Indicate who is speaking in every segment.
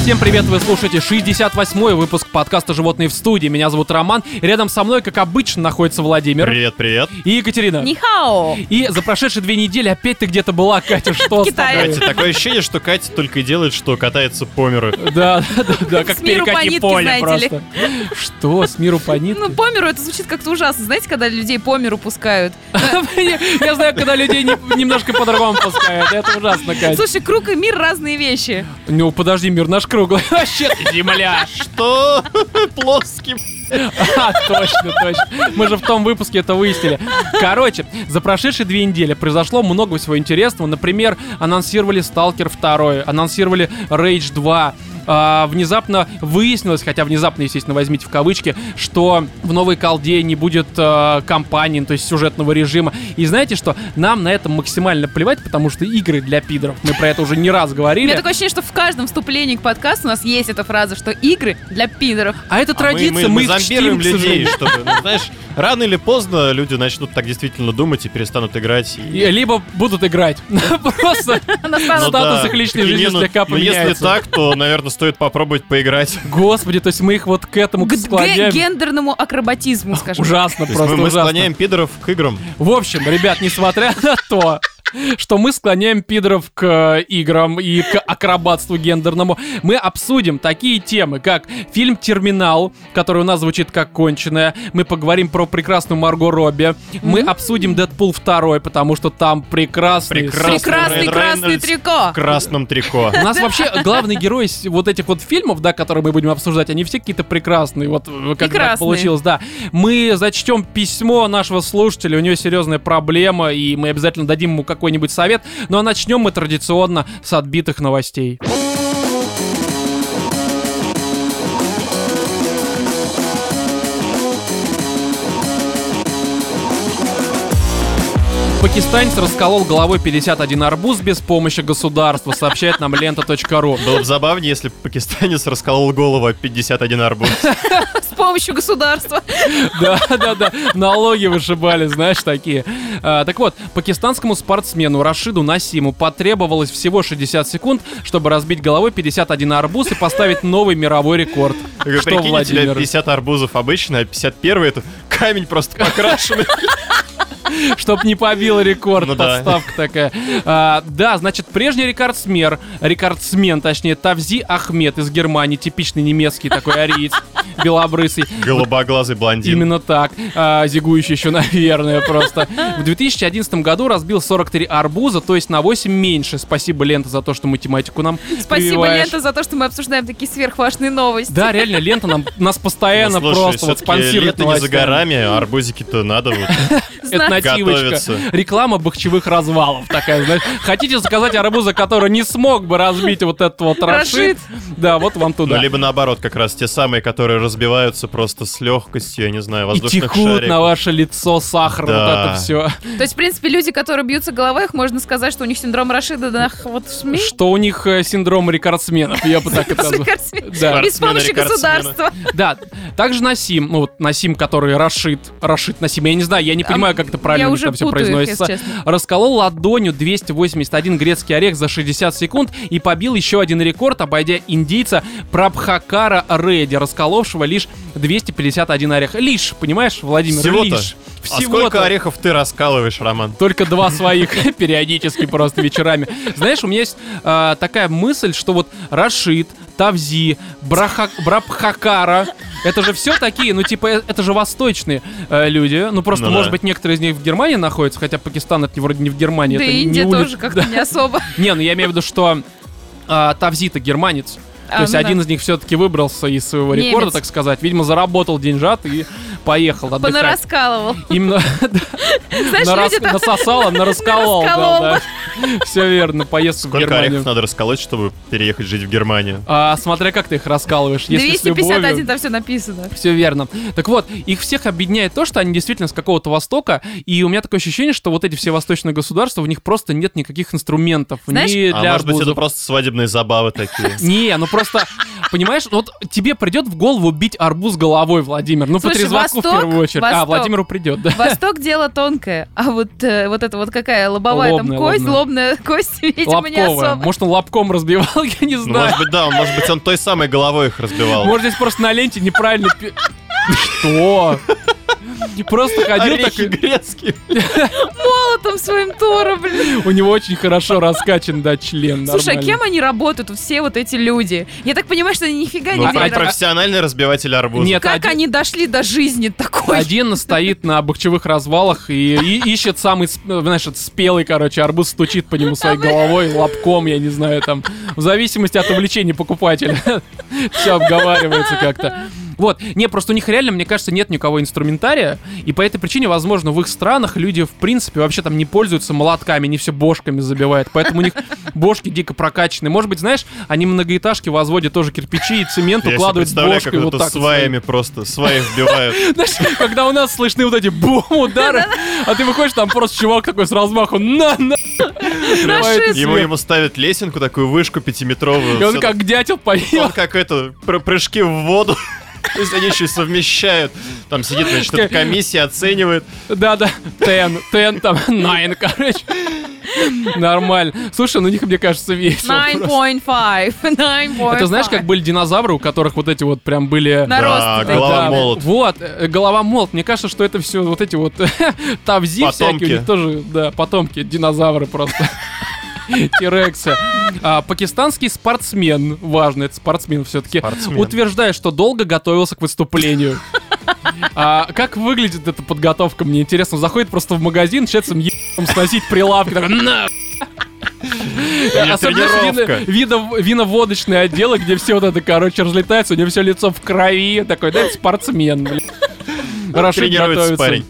Speaker 1: Всем привет, вы слушаете 68-й выпуск подкаста «Животные в студии». Меня зовут Роман. Рядом со мной, как обычно, находится Владимир
Speaker 2: Привет, привет.
Speaker 1: и Екатерина.
Speaker 3: Нихао!
Speaker 1: И за прошедшие две недели опять ты где-то была, Катя, что
Speaker 3: В
Speaker 1: с тобой?
Speaker 3: Китае.
Speaker 2: Катя, такое ощущение, что Катя только и делает, что катается по миру.
Speaker 1: Да, да, да, да, как
Speaker 3: С миру по
Speaker 1: перекати
Speaker 3: нитке,
Speaker 1: поле
Speaker 3: знаете ли.
Speaker 1: просто. Что, с миру по нитке?
Speaker 3: Ну, по миру это звучит как-то ужасно. Знаете, когда людей по миру пускают?
Speaker 1: Я я знаю, когда людей не- немножко по-другому пускают. Это ужасно, Катя.
Speaker 3: Слушай, круг и мир разные вещи.
Speaker 1: Ну, подожди, мир наш круглый. Вообще, земля.
Speaker 2: Что? Плоским.
Speaker 1: А, точно, точно. Мы же в том выпуске это выяснили. Короче, за прошедшие две недели произошло много всего интересного. Например, анонсировали Сталкер 2, анонсировали Rage 2. А, внезапно выяснилось, хотя внезапно, естественно, возьмите в кавычки, что в новой колде не будет э, кампании, то есть сюжетного режима. И знаете что? Нам на этом максимально плевать, потому что игры для пидоров. Мы про это уже не раз
Speaker 3: У меня
Speaker 1: говорили.
Speaker 3: такое ощущение, что в каждом вступлении к подкасту у нас есть эта фраза, что игры для пидоров.
Speaker 1: А это традиция, мы,
Speaker 2: мы,
Speaker 1: их чтим,
Speaker 2: зомбируем
Speaker 1: к
Speaker 2: людей,
Speaker 1: сожалению.
Speaker 2: чтобы, ну, знаешь, рано или поздно люди начнут так действительно думать и перестанут играть. и-
Speaker 1: И- Либо будут игать. Просто
Speaker 3: Она
Speaker 1: Ну,
Speaker 3: стала...
Speaker 1: статус их личной
Speaker 2: И
Speaker 1: жизни
Speaker 2: не, ну,
Speaker 1: слегка
Speaker 2: ну, Если
Speaker 1: поменяется.
Speaker 2: так, то, наверное, стоит попробовать поиграть.
Speaker 1: Господи, то есть Ну, мы их вот к этому
Speaker 3: к г-
Speaker 1: склоняем.
Speaker 3: гендерному акробатизму, скажем.
Speaker 1: Ужасно,
Speaker 2: То есть мы,
Speaker 1: просто
Speaker 2: мы
Speaker 1: ужасно.
Speaker 2: склоняем пидоров к играм.
Speaker 1: В общем, ребят, несмотря на то, что мы склоняем пидоров к э, играм и к акробатству гендерному, мы обсудим такие темы, как фильм «Терминал», который у нас звучит как конченая, мы поговорим про прекрасную Марго Робби, мы обсудим «Дэдпул 2», потому что там прекрасный...
Speaker 2: Прекрасный
Speaker 3: Прекрасный
Speaker 2: Райан
Speaker 3: красный
Speaker 2: Рейнольдс.
Speaker 3: трико.
Speaker 2: В красном трико.
Speaker 1: У нас вообще главные герои с- вот этих вот фильмов, да, которые мы будем обсуждать, они все какие-то прекрасные. Вот э, как так
Speaker 3: Прекрасные.
Speaker 1: получилось, да. Мы зачтем письмо нашего слушателя, у него серьезная проблема, и мы обязательно дадим ему какой-нибудь совет. Ну а начнем мы традиционно с отбитых новостей. Пакистанец расколол головой 51 арбуз без помощи государства, сообщает нам лента.ру.
Speaker 2: Было бы забавнее, если бы пакистанец расколол голову об 51 арбуз.
Speaker 3: С помощью государства.
Speaker 1: Да, да, да. Налоги вышибали, знаешь, такие. А, Так вот, пакистанскому спортсмену Рашиду Насиму потребовалось всего 60 секунд, чтобы разбить головой 51 арбуз и поставить новый мировой рекорд.
Speaker 2: Вы
Speaker 1: Что,
Speaker 2: Прикинь, у тебя
Speaker 1: Владимир,
Speaker 2: 50 арбузов обычно, а 51 это камень просто покрашенный.
Speaker 1: чтоб не побил рекорд,
Speaker 2: Ну да.
Speaker 1: подставка такая. А, Да, значит, прежний рекордсмен, рекордсмен, точнее, Тавзи Ахмед из Германии, типичный немецкий такой ариец, белобрысый,
Speaker 2: Голубоглазый блондин.
Speaker 1: Именно так. А, зигующий еще, наверное, просто. В 2011 году разбил 43 арбуза, то есть на 8 меньше. Спасибо, Лента, за то, что математику нам
Speaker 3: Спасибо,
Speaker 1: прививаешь.
Speaker 3: Лента, за то, что мы обсуждаем такие сверхважные новости.
Speaker 1: Да, реально, Лента нам, нас
Speaker 2: Ну,
Speaker 1: постоянно
Speaker 2: слушай,
Speaker 1: просто вот
Speaker 2: всё-таки
Speaker 1: спонсирует
Speaker 2: лето не за
Speaker 1: новостями.
Speaker 2: горами, а арбузики-то надо вот.
Speaker 1: Это
Speaker 3: Зна-
Speaker 1: нативочка.
Speaker 2: Готовится.
Speaker 1: Реклама бахчевых развалов такая, знаешь. Хотите заказать арбуза, который не смог бы разбить вот этот вот рашид?
Speaker 3: Рашид.
Speaker 1: Да, вот вам
Speaker 2: Ну,
Speaker 1: туда.
Speaker 2: либо наоборот, как раз те самые, которые разбиваются просто с легкостью, я не знаю,
Speaker 1: И
Speaker 2: воздушных
Speaker 1: текут на
Speaker 2: шариков.
Speaker 1: ваше лицо сахар,
Speaker 2: Да.
Speaker 1: вот это все.
Speaker 3: То есть, в принципе, люди, которые бьются головой, их можно сказать, что у них синдром Рашида нах- вот шми.
Speaker 1: Что у них э, синдром рекордсменов, я бы так это назвал. Да.
Speaker 3: Рекордсмен. Без помощи
Speaker 2: Спортсмена-рекордсмена.
Speaker 3: государства.
Speaker 1: Да, также Насим, ну вот Насим, который Рашид, Рашид Насим, я не знаю, я не понимаю, как это правильно
Speaker 3: А, я
Speaker 1: у них
Speaker 3: уже
Speaker 1: там все
Speaker 3: путаю их,
Speaker 1: произносится.
Speaker 3: если честно.
Speaker 1: Расколол ладонью 281 грецкий орех за 60 секунд и побил еще один рекорд, обойдя индийца Прабхакара Реди, расколовшего лишь 251 орех. Лишь, понимаешь, Владимир?
Speaker 2: Всего-то?
Speaker 1: Лишь.
Speaker 2: А
Speaker 1: Всего-то.
Speaker 2: сколько орехов ты раскалываешь, Роман?
Speaker 1: Только два своих периодически просто вечерами. Знаешь, у меня есть э, такая мысль, что вот Рашид, Тавзи, Браха- Брабхакара, это же все такие, ну типа э, это же восточные э, люди. Ну просто,
Speaker 2: Ну да.
Speaker 1: может быть, некоторые из них в Германии находятся, хотя Пакистан это вроде не в Германии.
Speaker 3: Да
Speaker 1: это
Speaker 3: и
Speaker 1: не
Speaker 3: Индия
Speaker 1: ули-
Speaker 3: тоже как-то не особо.
Speaker 1: Не, ну я имею в виду, что э, Тавзи-то германец. То
Speaker 3: А,
Speaker 1: есть
Speaker 3: ну да.
Speaker 1: один из них все-таки выбрался из своего
Speaker 3: Немец.
Speaker 1: рекорда, так сказать. Видимо, заработал деньжат и поехал отдыхать.
Speaker 3: ну Понараскалывал.
Speaker 1: Именно
Speaker 3: Знаешь,
Speaker 1: на
Speaker 3: люди там...
Speaker 1: насосала, нарасколол, да,
Speaker 3: Нарасколол.
Speaker 1: да. Все верно, поездка в
Speaker 2: Сколько орехов
Speaker 1: Германию.
Speaker 2: надо расколоть, чтобы переехать жить в Германию?
Speaker 1: А, смотря как ты их раскалываешь, если с
Speaker 3: 251,
Speaker 1: любовью.
Speaker 3: там все написано.
Speaker 1: Все верно. Так вот, их всех объединяет то, что они действительно с какого-то Востока, и у меня такое ощущение, что вот эти все восточные государства, у них просто нет никаких инструментов.
Speaker 3: Знаешь-
Speaker 1: ни
Speaker 2: А
Speaker 1: для
Speaker 2: может быть, это
Speaker 1: арбузов.
Speaker 2: просто свадебные забавы такие?
Speaker 1: Не, ну просто Понимаешь, вот тебе придет в голову бить арбуз головой, Владимир. Ну, по
Speaker 3: Слушай,
Speaker 1: трезваку в
Speaker 3: Восток,
Speaker 1: первую очередь. А,
Speaker 3: Восток.
Speaker 1: Владимиру придет, да.
Speaker 3: Восток дело тонкое, а вот, э, вот это вот какая лобовая
Speaker 1: Лобная,
Speaker 3: там кость,
Speaker 1: лобная.
Speaker 3: лобная кость, видимо, не
Speaker 1: Лобковая.
Speaker 3: особо.
Speaker 1: Может, он лобком разбивал, я не
Speaker 2: Ну,
Speaker 1: знаю.
Speaker 2: может быть, да, он, может быть, он той самой головой их разбивал.
Speaker 1: Может, здесь просто на ленте неправильно... пи- Что? Просто ходил
Speaker 2: Орехи
Speaker 1: такой...
Speaker 2: грецкие.
Speaker 3: Молотом своим Тора, блин.
Speaker 1: У него очень хорошо раскачан, да, член.
Speaker 3: Слушай, а
Speaker 1: нормально.
Speaker 3: кем они работают, вот все вот эти люди? Я так понимаю, что они нифига
Speaker 2: Ну,
Speaker 3: не
Speaker 1: а-
Speaker 2: про-
Speaker 1: а-
Speaker 3: верят.
Speaker 2: профессиональный разбиватель арбуза.
Speaker 1: Нет,
Speaker 3: Как
Speaker 1: один-
Speaker 3: они дошли до жизни такой?
Speaker 1: Один стоит на бахчевых развалах и, и ищет самый, сп- ну, знаешь, этот спелый, короче, арбуз стучит по нему своей головой, лобком, я не знаю, там, в зависимости от увлечения покупателя. Все обговаривается как-то. Вот. Не, просто у них реально, мне кажется, нет никого инструментария, и по этой причине, возможно, в их странах люди, в принципе, вообще там не пользуются молотками, они все бошками забивают, поэтому у них бошки дико прокачаны. Может быть, знаешь, они многоэтажки возводят тоже кирпичи и цемент
Speaker 2: Я себе
Speaker 1: укладывают
Speaker 2: представляю, как
Speaker 1: бошкой вот
Speaker 2: это
Speaker 1: так. вот своими.
Speaker 2: сваями просто, сваи вбивают.
Speaker 1: Знаешь, когда у нас слышны вот эти бум-удары, а ты выходишь, там просто чувак такой с размаху на на
Speaker 3: Расист.
Speaker 2: Ему, ему ставят лесенку, такую вышку пятиметровую.
Speaker 1: И он
Speaker 2: Всё
Speaker 1: как дятел
Speaker 2: Он
Speaker 1: поел.
Speaker 2: как это, пры- прыжки в воду. То есть они еще и совмещают. Там сидит, значит, эта комиссия, оценивает.
Speaker 1: Да-да, тен, тен там, найн, короче. Нормально. Слушай, ну у них, мне кажется, весело.
Speaker 3: 9.5, 9.5.
Speaker 1: Это знаешь, как были динозавры, у которых вот эти вот прям были...
Speaker 2: Да,
Speaker 3: Наросты такие.
Speaker 2: А, голова
Speaker 1: Да,
Speaker 2: молот.
Speaker 1: Вот, э, голова молот. Мне кажется, что это все вот эти вот тавзи
Speaker 2: Потомки.
Speaker 1: всякие, у них тоже, да, потомки, динозавры просто. Тирексы. А, пакистанский спортсмен, важно, это спортсмен все-таки,
Speaker 2: Спортсмен.
Speaker 1: утверждает, что долго готовился к выступлению. А как выглядит эта подготовка, мне интересно. Заходит просто в магазин, чецем ебаным сносить прилавки. такой, «На!»
Speaker 2: меня
Speaker 1: Особенно
Speaker 2: тренировка.
Speaker 1: видно- видно- виноводочные отделы, где все вот это, короче, разлетается, у него все лицо в крови. Такой, да, это спортсмен, блин. Хорошо
Speaker 2: Тренируется
Speaker 1: готовится.
Speaker 2: парень.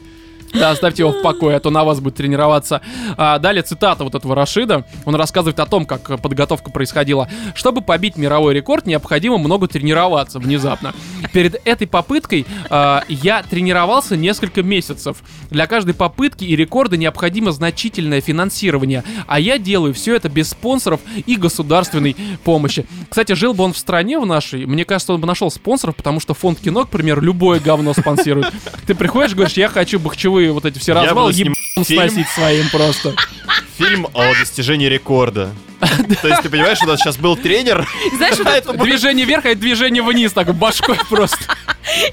Speaker 1: Да, оставьте его в покое, а то на вас будет тренироваться. А, далее цитата вот этого Рашида. Он рассказывает о том, как э, подготовка происходила. Чтобы побить мировой рекорд, необходимо много тренироваться внезапно. Перед этой попыткой а, я тренировался несколько месяцев. Для каждой попытки и рекорда необходимо значительное финансирование. А я делаю все это без спонсоров и государственной помощи. Кстати, жил бы он в стране в нашей, мне кажется, он бы нашел спонсоров, потому что фонд кино, к примеру, любое говно спонсирует. Ты приходишь, говоришь, я хочу бахчевые вот эти все
Speaker 2: Я
Speaker 1: развалы
Speaker 2: буду снимать
Speaker 1: ебаным
Speaker 2: фильм.
Speaker 1: сносить своим просто.
Speaker 2: Фильм о достижении рекорда. То есть, ты понимаешь, у нас сейчас был тренер.
Speaker 3: Знаешь, вот это-
Speaker 1: Движение вверх, а это движение вниз, так башкой просто.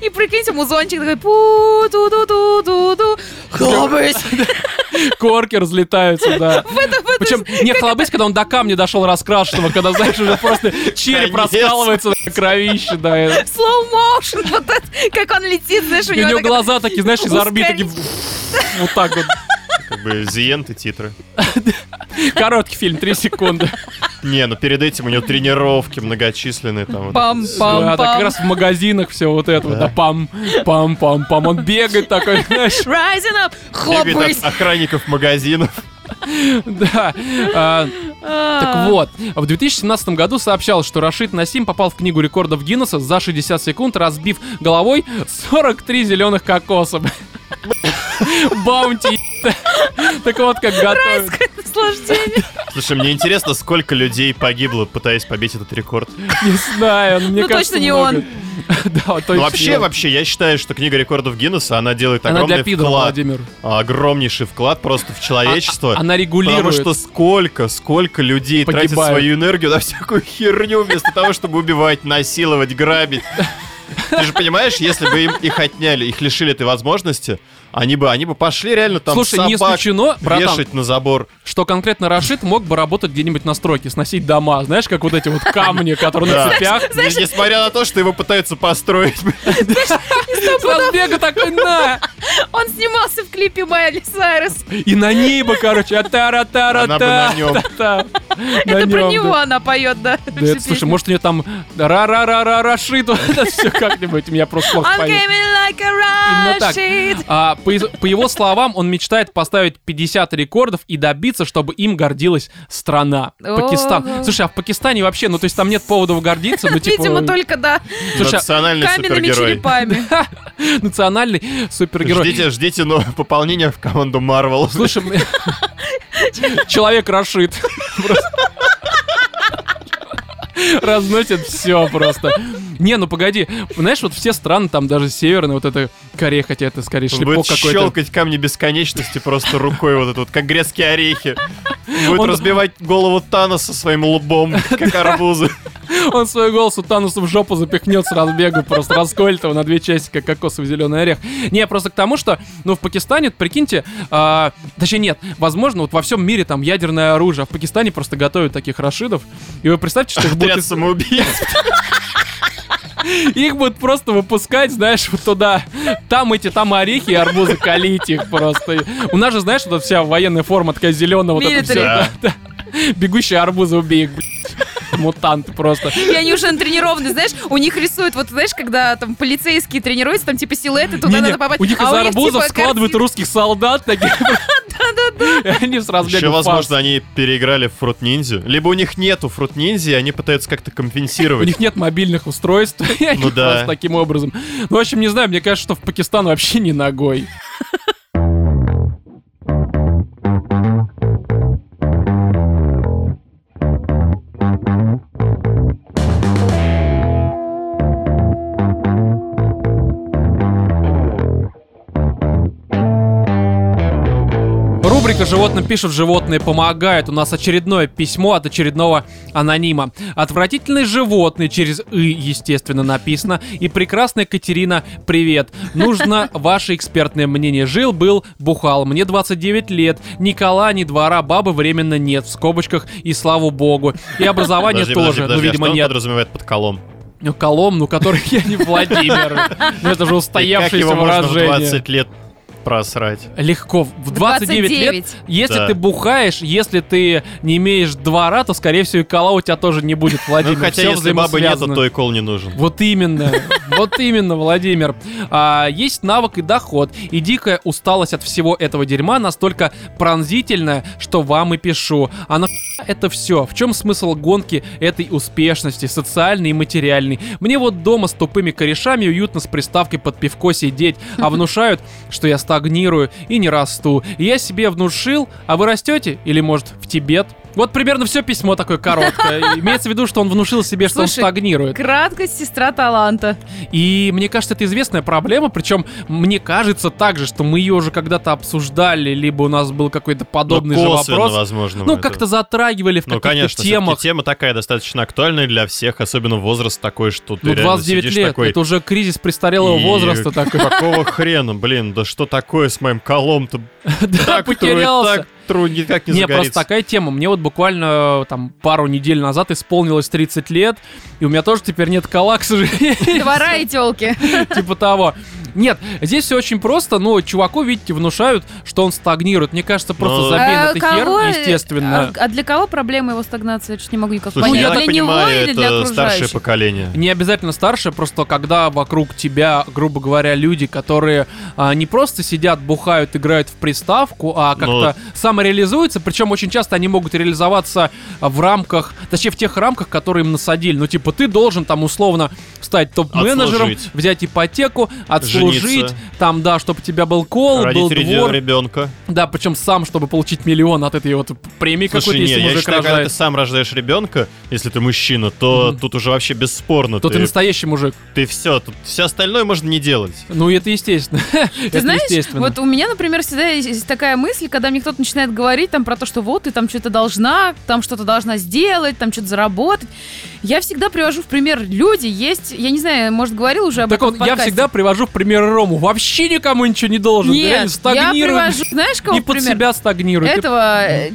Speaker 3: и прикиньте, музончик такой пу ту ту ту ту ту Хлопаюсь.
Speaker 1: Корки разлетаются, да. Причем не хлобысь, когда он до камня дошел раскрашенного, когда, знаешь, уже просто череп
Speaker 2: Конец.
Speaker 1: раскалывается, да, кровище, да. и-
Speaker 3: Slow motion, вот это, как он летит, знаешь,
Speaker 1: И
Speaker 3: у
Speaker 1: у
Speaker 3: него
Speaker 1: него
Speaker 3: такая-
Speaker 1: глаза такие, знаешь, из орбит такие...
Speaker 3: ускорение.
Speaker 1: Вот так вот.
Speaker 2: Как бы зиенты титры.
Speaker 1: Короткий фильм, три секунды.
Speaker 2: Не, ну перед этим у него тренировки многочисленные там. вот
Speaker 3: Пам, пам,
Speaker 1: Да, так
Speaker 3: пам.
Speaker 1: как раз в магазинах все вот это вот, да, пам, пам, пам, пам. Он бегает такой, знаешь,
Speaker 3: Rising up,
Speaker 2: Бегает от
Speaker 3: хлопаюсь.
Speaker 2: охранников магазинов.
Speaker 1: да. А, Так
Speaker 3: Так
Speaker 1: вот, в 2017 году сообщалось, что Рашид Насим попал в книгу рекордов Гиннесса за 60 секунд, разбив головой 43 зеленых кокоса. Баунти. еб- Так вот, как готовят.
Speaker 3: Наслаждение.
Speaker 2: Слушай, мне интересно, сколько людей погибло, пытаясь побить этот рекорд. Ну,
Speaker 1: Не знаю, но мне
Speaker 3: Ну,
Speaker 1: кажется,
Speaker 3: точно не
Speaker 1: много.
Speaker 3: он.
Speaker 1: Да, точно
Speaker 2: Ну,
Speaker 1: не
Speaker 2: вообще,
Speaker 1: он.
Speaker 2: вообще, я считаю, что книга рекордов Гиннесса, она делает
Speaker 1: Она
Speaker 2: огромный
Speaker 1: для пидора,
Speaker 2: вклад.
Speaker 1: Владимир.
Speaker 2: Огромнейший вклад просто в человечество.
Speaker 1: А, Она
Speaker 2: Потому
Speaker 1: регулирует.
Speaker 2: что сколько, сколько людей тратит
Speaker 1: Погибают.
Speaker 2: свою энергию на всякую херню, вместо того, чтобы убивать, насиловать, грабить. Ты же понимаешь, если бы им их отняли, их лишили этой возможности, они бы, они бы пошли реально там
Speaker 1: Слушай, не
Speaker 2: собак
Speaker 1: исключено, братан,
Speaker 2: вешать на забор.
Speaker 1: что конкретно Рашид мог бы работать где-нибудь на стройке, сносить дома, знаешь, как вот эти вот камни, которые на
Speaker 2: Да.
Speaker 1: цепях.
Speaker 2: Не- Несмотря на то, что его пытаются построить.
Speaker 1: Сразу бега такой, на!
Speaker 3: Он снимался в клипе Майли Сайрус.
Speaker 1: И на ней бы, короче, а тара тара
Speaker 2: Она бы на нем.
Speaker 3: Это про него она поет, да.
Speaker 1: Да это, слушай, может, у нее там ра-ра-ра-ра Рашид, вот это все как-нибудь, у меня просто плохо
Speaker 3: I'm
Speaker 1: память.
Speaker 3: gaming like
Speaker 1: Именно
Speaker 3: a
Speaker 1: так.
Speaker 3: Rashid.
Speaker 1: А, по, из- по его словам, он мечтает поставить 50 рекордов и добиться, чтобы им гордилась страна. Пакистан.
Speaker 3: Ого.
Speaker 1: Слушай, а в Пакистане вообще, ну то есть там нет поводов гордиться, ну типа...
Speaker 3: Видимо, только, да,
Speaker 1: Слушай, а-
Speaker 2: Национальный
Speaker 3: каменными
Speaker 2: супергерой.
Speaker 3: черепами.
Speaker 1: национальный супергерой.
Speaker 2: Ждите, ждите но пополнения в команду Марвел.
Speaker 1: Слушай, мне- человек Рашид. Просто. Разносят все просто. Не, ну погоди, знаешь, вот все страны, там даже северные, вот это Корея, хотя это скорее
Speaker 2: Он
Speaker 1: шлепок
Speaker 2: будет
Speaker 1: какой-то.
Speaker 2: щелкать камни бесконечности просто рукой вот это вот, как грецкие орехи. Будет
Speaker 1: Он-
Speaker 2: разбивать голову Таноса своим лбом, как арбузы.
Speaker 1: Он свой голос у Тануса в жопу запихнет с разбегу, просто расколет его на две части, как кокосовый зеленый орех. Не, просто к тому, что, ну, в Пакистане, прикиньте, а, точнее, нет, возможно, вот во всем мире там ядерное оружие, а в Пакистане просто готовят таких рашидов, и вы представьте, что их будут,
Speaker 2: Отряд самоубийц.
Speaker 1: их будут просто выпускать, знаешь, вот туда, там эти, там орехи и арбузы, калить их просто. И У нас же, знаешь, вот эта вся военная форма такая зеленая, вот это
Speaker 3: Милитари.
Speaker 1: все.
Speaker 2: Да.
Speaker 1: да, да. Бегущие арбузы убей их, блядь. мутанты просто.
Speaker 3: И они уже натренированы, знаешь, у них рисуют, вот знаешь, когда там полицейские тренируются, там типа силуэты, туда
Speaker 1: Не-не,
Speaker 3: надо попасть.
Speaker 1: У них из
Speaker 3: а
Speaker 1: арбузов
Speaker 3: типа,
Speaker 1: складывают
Speaker 3: картинки.
Speaker 1: русских солдат таких. И Они с разбегу
Speaker 2: Еще,
Speaker 1: в
Speaker 2: возможно,
Speaker 1: фарс.
Speaker 2: они переиграли в Фрут Ниндзя. Либо у них нету Фрут Ниндзя, и они пытаются как-то
Speaker 1: У
Speaker 2: компенсировать.
Speaker 1: них нет мобильных устройств, и они
Speaker 2: Ну да.
Speaker 1: просто таким образом. Ну, в общем, не знаю, мне кажется, что в Пакистан вообще не ногой. Рубрика «Животным пишут, животные помогают». У нас очередное письмо от очередного анонима. Отвратительные животные через «ы», естественно, написано. И прекрасная Катерина, привет. Нужно ваше экспертное мнение. Жил-был, бухал. Мне 29 лет. Ни кола, ни двора, бабы временно нет. В скобочках и слава богу. И образование
Speaker 2: Подожди, подожди,
Speaker 1: тоже,
Speaker 2: подожди,
Speaker 1: ну,
Speaker 2: а
Speaker 1: видимо,
Speaker 2: что он
Speaker 1: нет.
Speaker 2: подразумевает под колом?
Speaker 1: Ну, Колом, ну, который я не Владимир. Ну, это же
Speaker 2: И как
Speaker 1: устоявшееся
Speaker 2: его можно в
Speaker 1: выражение.
Speaker 2: 20 лет просрать?
Speaker 1: Легко. В 29 лет
Speaker 3: 29.
Speaker 1: если
Speaker 2: Да.
Speaker 1: ты бухаешь, если ты не имеешь двора, то, скорее всего, и кола у тебя тоже не будет,
Speaker 2: Ну,
Speaker 1: Владимир.
Speaker 2: хотя
Speaker 1: Всё
Speaker 2: если бабы нету,
Speaker 1: взаимосвязано.
Speaker 2: то и кол не нужен.
Speaker 1: Вот именно, вот именно, Владимир. А, есть навык и доход, и дикая усталость от всего этого дерьма настолько пронзительная, что вам и пишу. А на это все. В чем смысл гонки этой успешности, социальной и материальной? Мне вот дома с тупыми корешами уютно с приставкой под пивко сидеть, а внушают, что я стагнирую и не расту. И я себе внушил, а вы растете? Или, может, в Тибет? Вот примерно все письмо такое короткое. Имеется в виду, что он внушил себе, что он
Speaker 3: Слушай,
Speaker 1: стагнирует.
Speaker 3: Краткость сестра таланта.
Speaker 1: И мне кажется, это известная проблема, причем мне кажется также, что мы ее уже когда-то обсуждали, либо у нас был какой-то
Speaker 2: Ну,
Speaker 1: подобный же
Speaker 2: косвенно,
Speaker 1: вопрос.
Speaker 2: возможно. мы
Speaker 1: Ну,
Speaker 2: это-
Speaker 1: как-то затрагивали в
Speaker 2: Ну,
Speaker 1: каких-то
Speaker 2: конечно,
Speaker 1: темах.
Speaker 2: всё-таки тема такая достаточно актуальная для всех, особенно возраст такой, что ты
Speaker 1: Ну,
Speaker 2: реально
Speaker 1: 29
Speaker 2: сидишь
Speaker 1: лет,
Speaker 2: такой...
Speaker 1: это уже кризис престарелого
Speaker 2: «И
Speaker 1: возраста такой.
Speaker 2: Какого хрена, блин, да что такое с моим колом-то?
Speaker 1: Да,
Speaker 2: Так тру и
Speaker 1: потерялся.
Speaker 2: Так тру, никак не
Speaker 1: Не, просто
Speaker 2: загорится.
Speaker 1: такая тема. Мне вот буквально э, там пару недель назад исполнилось 30 лет, и у меня тоже теперь нет кола, к сожалению.
Speaker 3: Двора и телки.
Speaker 1: Типа того. Нет, здесь все очень просто, но чуваку, видите, внушают, что он стагнирует. Мне кажется, просто
Speaker 2: Ну.
Speaker 1: забей на
Speaker 3: А
Speaker 1: ты
Speaker 3: кого-
Speaker 1: хер, естественно.
Speaker 3: А а для кого проблема его стагнации? Я чуть не могу никак
Speaker 2: Слушай,
Speaker 3: понять.
Speaker 2: я
Speaker 3: Для
Speaker 2: так
Speaker 3: него
Speaker 2: понимаю,
Speaker 3: или для
Speaker 2: это старшее
Speaker 3: окружающих?
Speaker 2: поколение.
Speaker 1: Не обязательно старше, просто когда вокруг тебя, грубо говоря, люди, которые а, не просто сидят, бухают, играют в приставку, а как-то
Speaker 2: Ну.
Speaker 1: самореализуются, причем очень часто они могут реализоваться а, в рамках, точнее в тех рамках, которые им насадили. Ну типа ты должен там условно стать топ-менеджером,
Speaker 2: Отслужить.
Speaker 1: взять ипотеку, отслужить,
Speaker 2: Жениться.
Speaker 1: там да, чтобы у тебя был кол, был
Speaker 2: Родить
Speaker 1: двор,
Speaker 2: ребенка.
Speaker 1: да, причем сам, чтобы получить миллион от этой вот премии
Speaker 2: Слушай,
Speaker 1: какой-то,
Speaker 2: не,
Speaker 1: если
Speaker 2: я
Speaker 1: мужик
Speaker 2: считаю, когда ты
Speaker 1: рожает.
Speaker 2: сам рождаешь ребенка, если ты мужчина, то
Speaker 1: Мгм.
Speaker 2: тут уже вообще бесспорно.
Speaker 1: То ты
Speaker 2: ты,
Speaker 1: настоящий мужик.
Speaker 2: все, тут все остальное можно не делать.
Speaker 1: Ну, это естественно.
Speaker 3: Ты
Speaker 1: Это
Speaker 3: знаешь,
Speaker 1: естественно.
Speaker 3: вот у меня, например, всегда есть такая мысль, когда мне кто-то начинает говорить там про то, что вот ты там что-то должна, там что-то должна сделать, там что-то заработать. Я всегда привожу в пример люди есть, я не знаю, может говорил уже об
Speaker 1: Так
Speaker 3: этом
Speaker 1: вот,
Speaker 3: в
Speaker 1: я
Speaker 3: подкасте.
Speaker 1: всегда привожу в пример Рому. Вообще никому ничего не должен. Ты реально
Speaker 3: Нет, я
Speaker 1: стагнирует.
Speaker 3: привожу, знаешь, кого
Speaker 1: И
Speaker 3: в
Speaker 1: под
Speaker 3: пример?
Speaker 1: себя стагнирует. Ты-
Speaker 3: Этого э,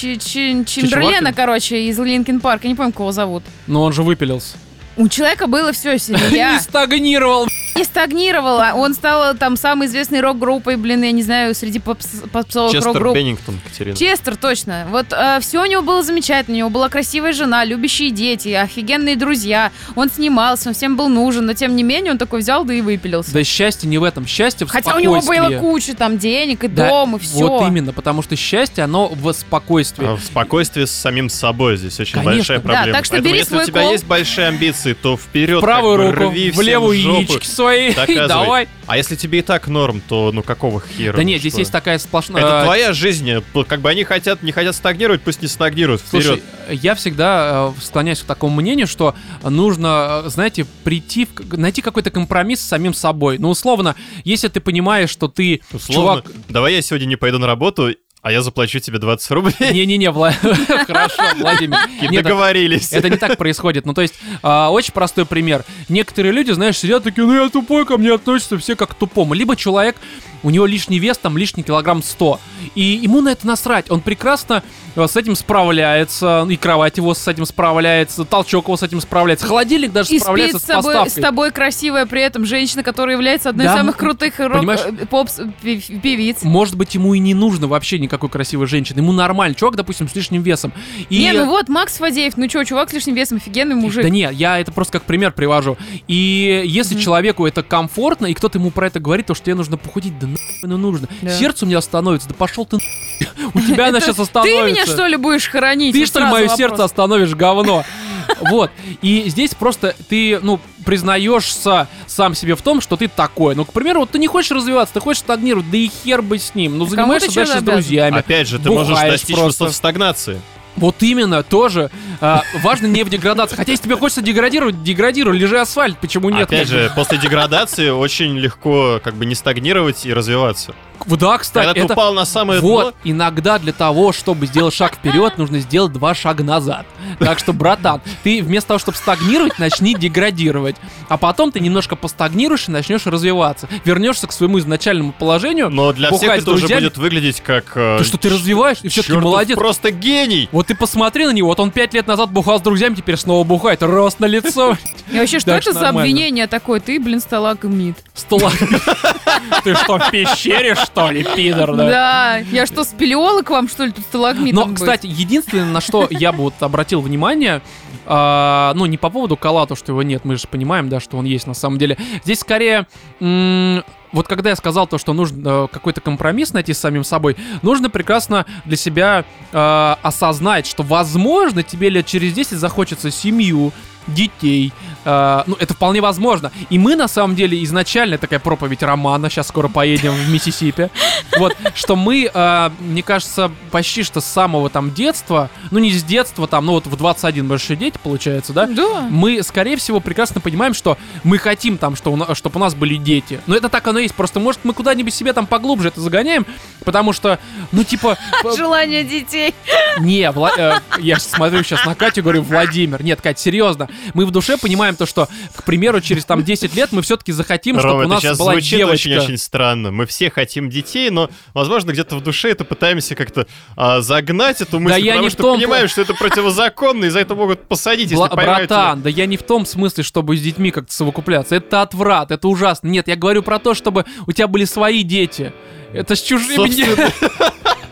Speaker 3: Ч- Ч- Ч- Чемберлена, короче, из Линкин Парк, я не помню, кого зовут.
Speaker 1: Но он же выпилился.
Speaker 3: У человека было все,
Speaker 1: Не
Speaker 3: семья.
Speaker 1: стагнировал.
Speaker 3: не стагнировала. Он стал э, там самой известной рок-группой, блин, я не знаю, среди попс- попсовых
Speaker 2: Честер
Speaker 3: рок-групп.
Speaker 2: Беннингтон, Катерина.
Speaker 3: Честер, точно. Вот все у него было замечательно. У него была красивая жена, любящие дети, офигенные друзья. Он снимался, он всем был нужен, но тем не менее он такой взял, да и выпилился.
Speaker 1: Да счастье не в этом. Счастье в
Speaker 3: Хотя у него
Speaker 1: спокойствии.
Speaker 3: было куча там денег и
Speaker 1: Да,
Speaker 3: дом, и все.
Speaker 1: Вот именно, потому что счастье, оно в спокойствии.
Speaker 2: А В спокойствии с самим собой здесь очень
Speaker 1: Конечно.
Speaker 2: большая
Speaker 1: Да,
Speaker 2: проблема.
Speaker 3: так что
Speaker 2: Поэтому,
Speaker 3: бери
Speaker 2: если
Speaker 3: свой
Speaker 2: у тебя
Speaker 3: кол.
Speaker 2: есть большие амбиции, то вперед.
Speaker 1: правую
Speaker 2: как А бы,
Speaker 1: руку,
Speaker 2: рви
Speaker 1: в
Speaker 2: всем
Speaker 1: левую
Speaker 2: жопу.
Speaker 1: яички свои.
Speaker 2: Доказывай.
Speaker 1: Давай.
Speaker 2: А если тебе и так норм, то ну какого хера?
Speaker 1: Да
Speaker 2: ну
Speaker 1: нет, здесь
Speaker 2: что?
Speaker 1: есть а, такая сплошная...
Speaker 2: Это твоя жизнь, п- как бы они хотят, не хотят стагнировать, пусть не стагнируют.
Speaker 1: Слушай,
Speaker 2: Вперед.
Speaker 1: я всегда э, склоняюсь к такому мнению, что нужно, э, знаете, прийти, в к- найти какой-то компромисс с самим собой. Ну, условно, если ты понимаешь, что ты
Speaker 2: Условно,
Speaker 1: чувак...
Speaker 2: давай я сегодня не пойду на работу, а я заплачу тебе 20 рублей.
Speaker 1: Не-не-не, Вла- хорошо, Владимир.
Speaker 2: И
Speaker 1: Нет,
Speaker 2: договорились.
Speaker 1: Это не так происходит. Ну, то есть, а, очень простой пример. Некоторые люди, знаешь, сидят такие, ну я тупой, ко мне относятся все как к тупому. Либо человек, у него лишний вес, там, лишний килограмм 100. И ему на это насрать. Он прекрасно э, с этим справляется. И кровать его с этим справляется. Толчок его с этим справляется. Холодильник даже
Speaker 3: И спит
Speaker 1: справляется с,
Speaker 3: с тобой, с
Speaker 1: поставкой.
Speaker 3: тобой красивая при этом женщина, которая является одной
Speaker 1: Да,
Speaker 3: из самых крутых э,
Speaker 1: понимаешь?
Speaker 3: рок-поп-певиц.
Speaker 1: Может быть, ему и не нужно вообще никакой красивой женщины. Ему нормально. Чувак, допустим, с лишним весом. И...
Speaker 3: Не, ну вот, Макс Фадеев, ну чё, чувак с лишним весом, офигенный мужик.
Speaker 1: Да не, я это просто как пример привожу. И если человеку это комфортно, и кто-то ему про это говорит, то что тебе нужно похудеть, да нахуй оно нужно.
Speaker 3: Да.
Speaker 1: сердце у меня остановится, да пошел ты нахуй. У тебя оно
Speaker 3: Это
Speaker 1: сейчас
Speaker 3: Ты
Speaker 1: остановится.
Speaker 3: меня что ли будешь хоронить?
Speaker 1: Ты
Speaker 3: Вот
Speaker 1: что ли
Speaker 3: сразу
Speaker 1: мое
Speaker 3: вопрос.
Speaker 1: сердце остановишь, говно? Вот. И здесь просто ты, ну, признаешься сам себе в том, что ты такой. Ну, к примеру, вот ты не хочешь развиваться, ты хочешь стагнировать, да и хер бы с ним. Ну,
Speaker 3: А кому
Speaker 1: занимаешься
Speaker 3: ты чё
Speaker 1: дальше с
Speaker 3: обязан?
Speaker 1: друзьями.
Speaker 2: Опять же, ты
Speaker 1: Бухаешь
Speaker 2: можешь достичь
Speaker 1: просто.
Speaker 2: высот стагнации.
Speaker 1: Вот именно, тоже. А, важно не в деградации. Хотя, если тебе хочется деградировать, деградируй, лежи асфальт, почему нет?
Speaker 2: Опять же, после деградации очень легко как бы не стагнировать и развиваться.
Speaker 1: Да, кстати,
Speaker 2: Когда ты
Speaker 1: это...
Speaker 2: упал на самое
Speaker 1: Вот,
Speaker 2: дно,
Speaker 1: иногда для того, чтобы сделать шаг вперед, нужно сделать два шага назад. Так что, братан, ты вместо того, чтобы стагнировать, начни деградировать. А потом ты немножко постагнируешь и начнешь развиваться. Вернешься к своему изначальному положению.
Speaker 2: но для всех
Speaker 1: бухать с
Speaker 2: это уже
Speaker 1: друзьями.
Speaker 2: будет выглядеть как... э,
Speaker 1: То, что ты развиваешь, и все-таки
Speaker 2: чёртов
Speaker 1: молодец.
Speaker 2: просто гений!
Speaker 1: Вот ты посмотри на него, вот он пять лет назад бухал с друзьями, теперь снова бухает. Рост на лицо.
Speaker 3: И вообще, что
Speaker 1: Дальше
Speaker 3: это за
Speaker 1: нормально.
Speaker 3: обвинение такое? Ты, блин, сталагмит.
Speaker 1: Стола. Ты что, в пещере, что ли, пидор, да?
Speaker 3: Да, я что, спелеолог вам, что ли, тут сталагмитом
Speaker 1: Но, кстати, единственное, на что я бы вот обратил внимание, а, ну, не по поводу кола, то, что его нет, мы же понимаем, да, что он есть на самом деле. Здесь скорее... м, вот когда я сказал то, что нужно э, какой-то компромисс найти с самим собой, нужно прекрасно для себя э, осознать, что, возможно, тебе лет через 10 захочется семью, детей. Э, ну, это вполне возможно. И мы, на самом деле, изначально такая проповедь Романа, сейчас скоро поедем в Миссисипи, вот, что мы, э, мне кажется, почти что с самого там детства, ну, не с детства, там, ну, вот в 21 большие дети, получается, да,
Speaker 3: Да.
Speaker 1: мы, скорее всего, прекрасно понимаем, что мы хотим там, что чтобы у нас были дети. Но это так оно и есть. Просто, может, мы куда-нибудь себе там поглубже это загоняем, потому что, ну, типа...
Speaker 3: Желание детей.
Speaker 1: Не, Вла- э, я ж смотрю сейчас на Катю и говорю, Владимир. Нет, Кать, серьезно. Мы в душе понимаем то, что, к примеру, через там 10 лет мы все-таки захотим, чтобы у
Speaker 2: Рома, это
Speaker 1: нас
Speaker 2: сейчас
Speaker 1: была
Speaker 2: звучит
Speaker 1: девочка.
Speaker 2: очень-очень странно. Мы все хотим детей, но, возможно, где-то в душе это пытаемся как-то а, загнать эту мысль,
Speaker 1: Да я
Speaker 2: потому
Speaker 1: не в
Speaker 2: что
Speaker 1: том-
Speaker 2: понимаем, что это противозаконно, и за это могут посадить, если
Speaker 1: Бла-
Speaker 2: поймают тебя.
Speaker 1: братан, да я не в том смысле, чтобы с детьми как-то совокупляться. Это отврат, это ужасно. Нет, я говорю про то, чтобы у тебя были свои дети. Это с чужими детьми.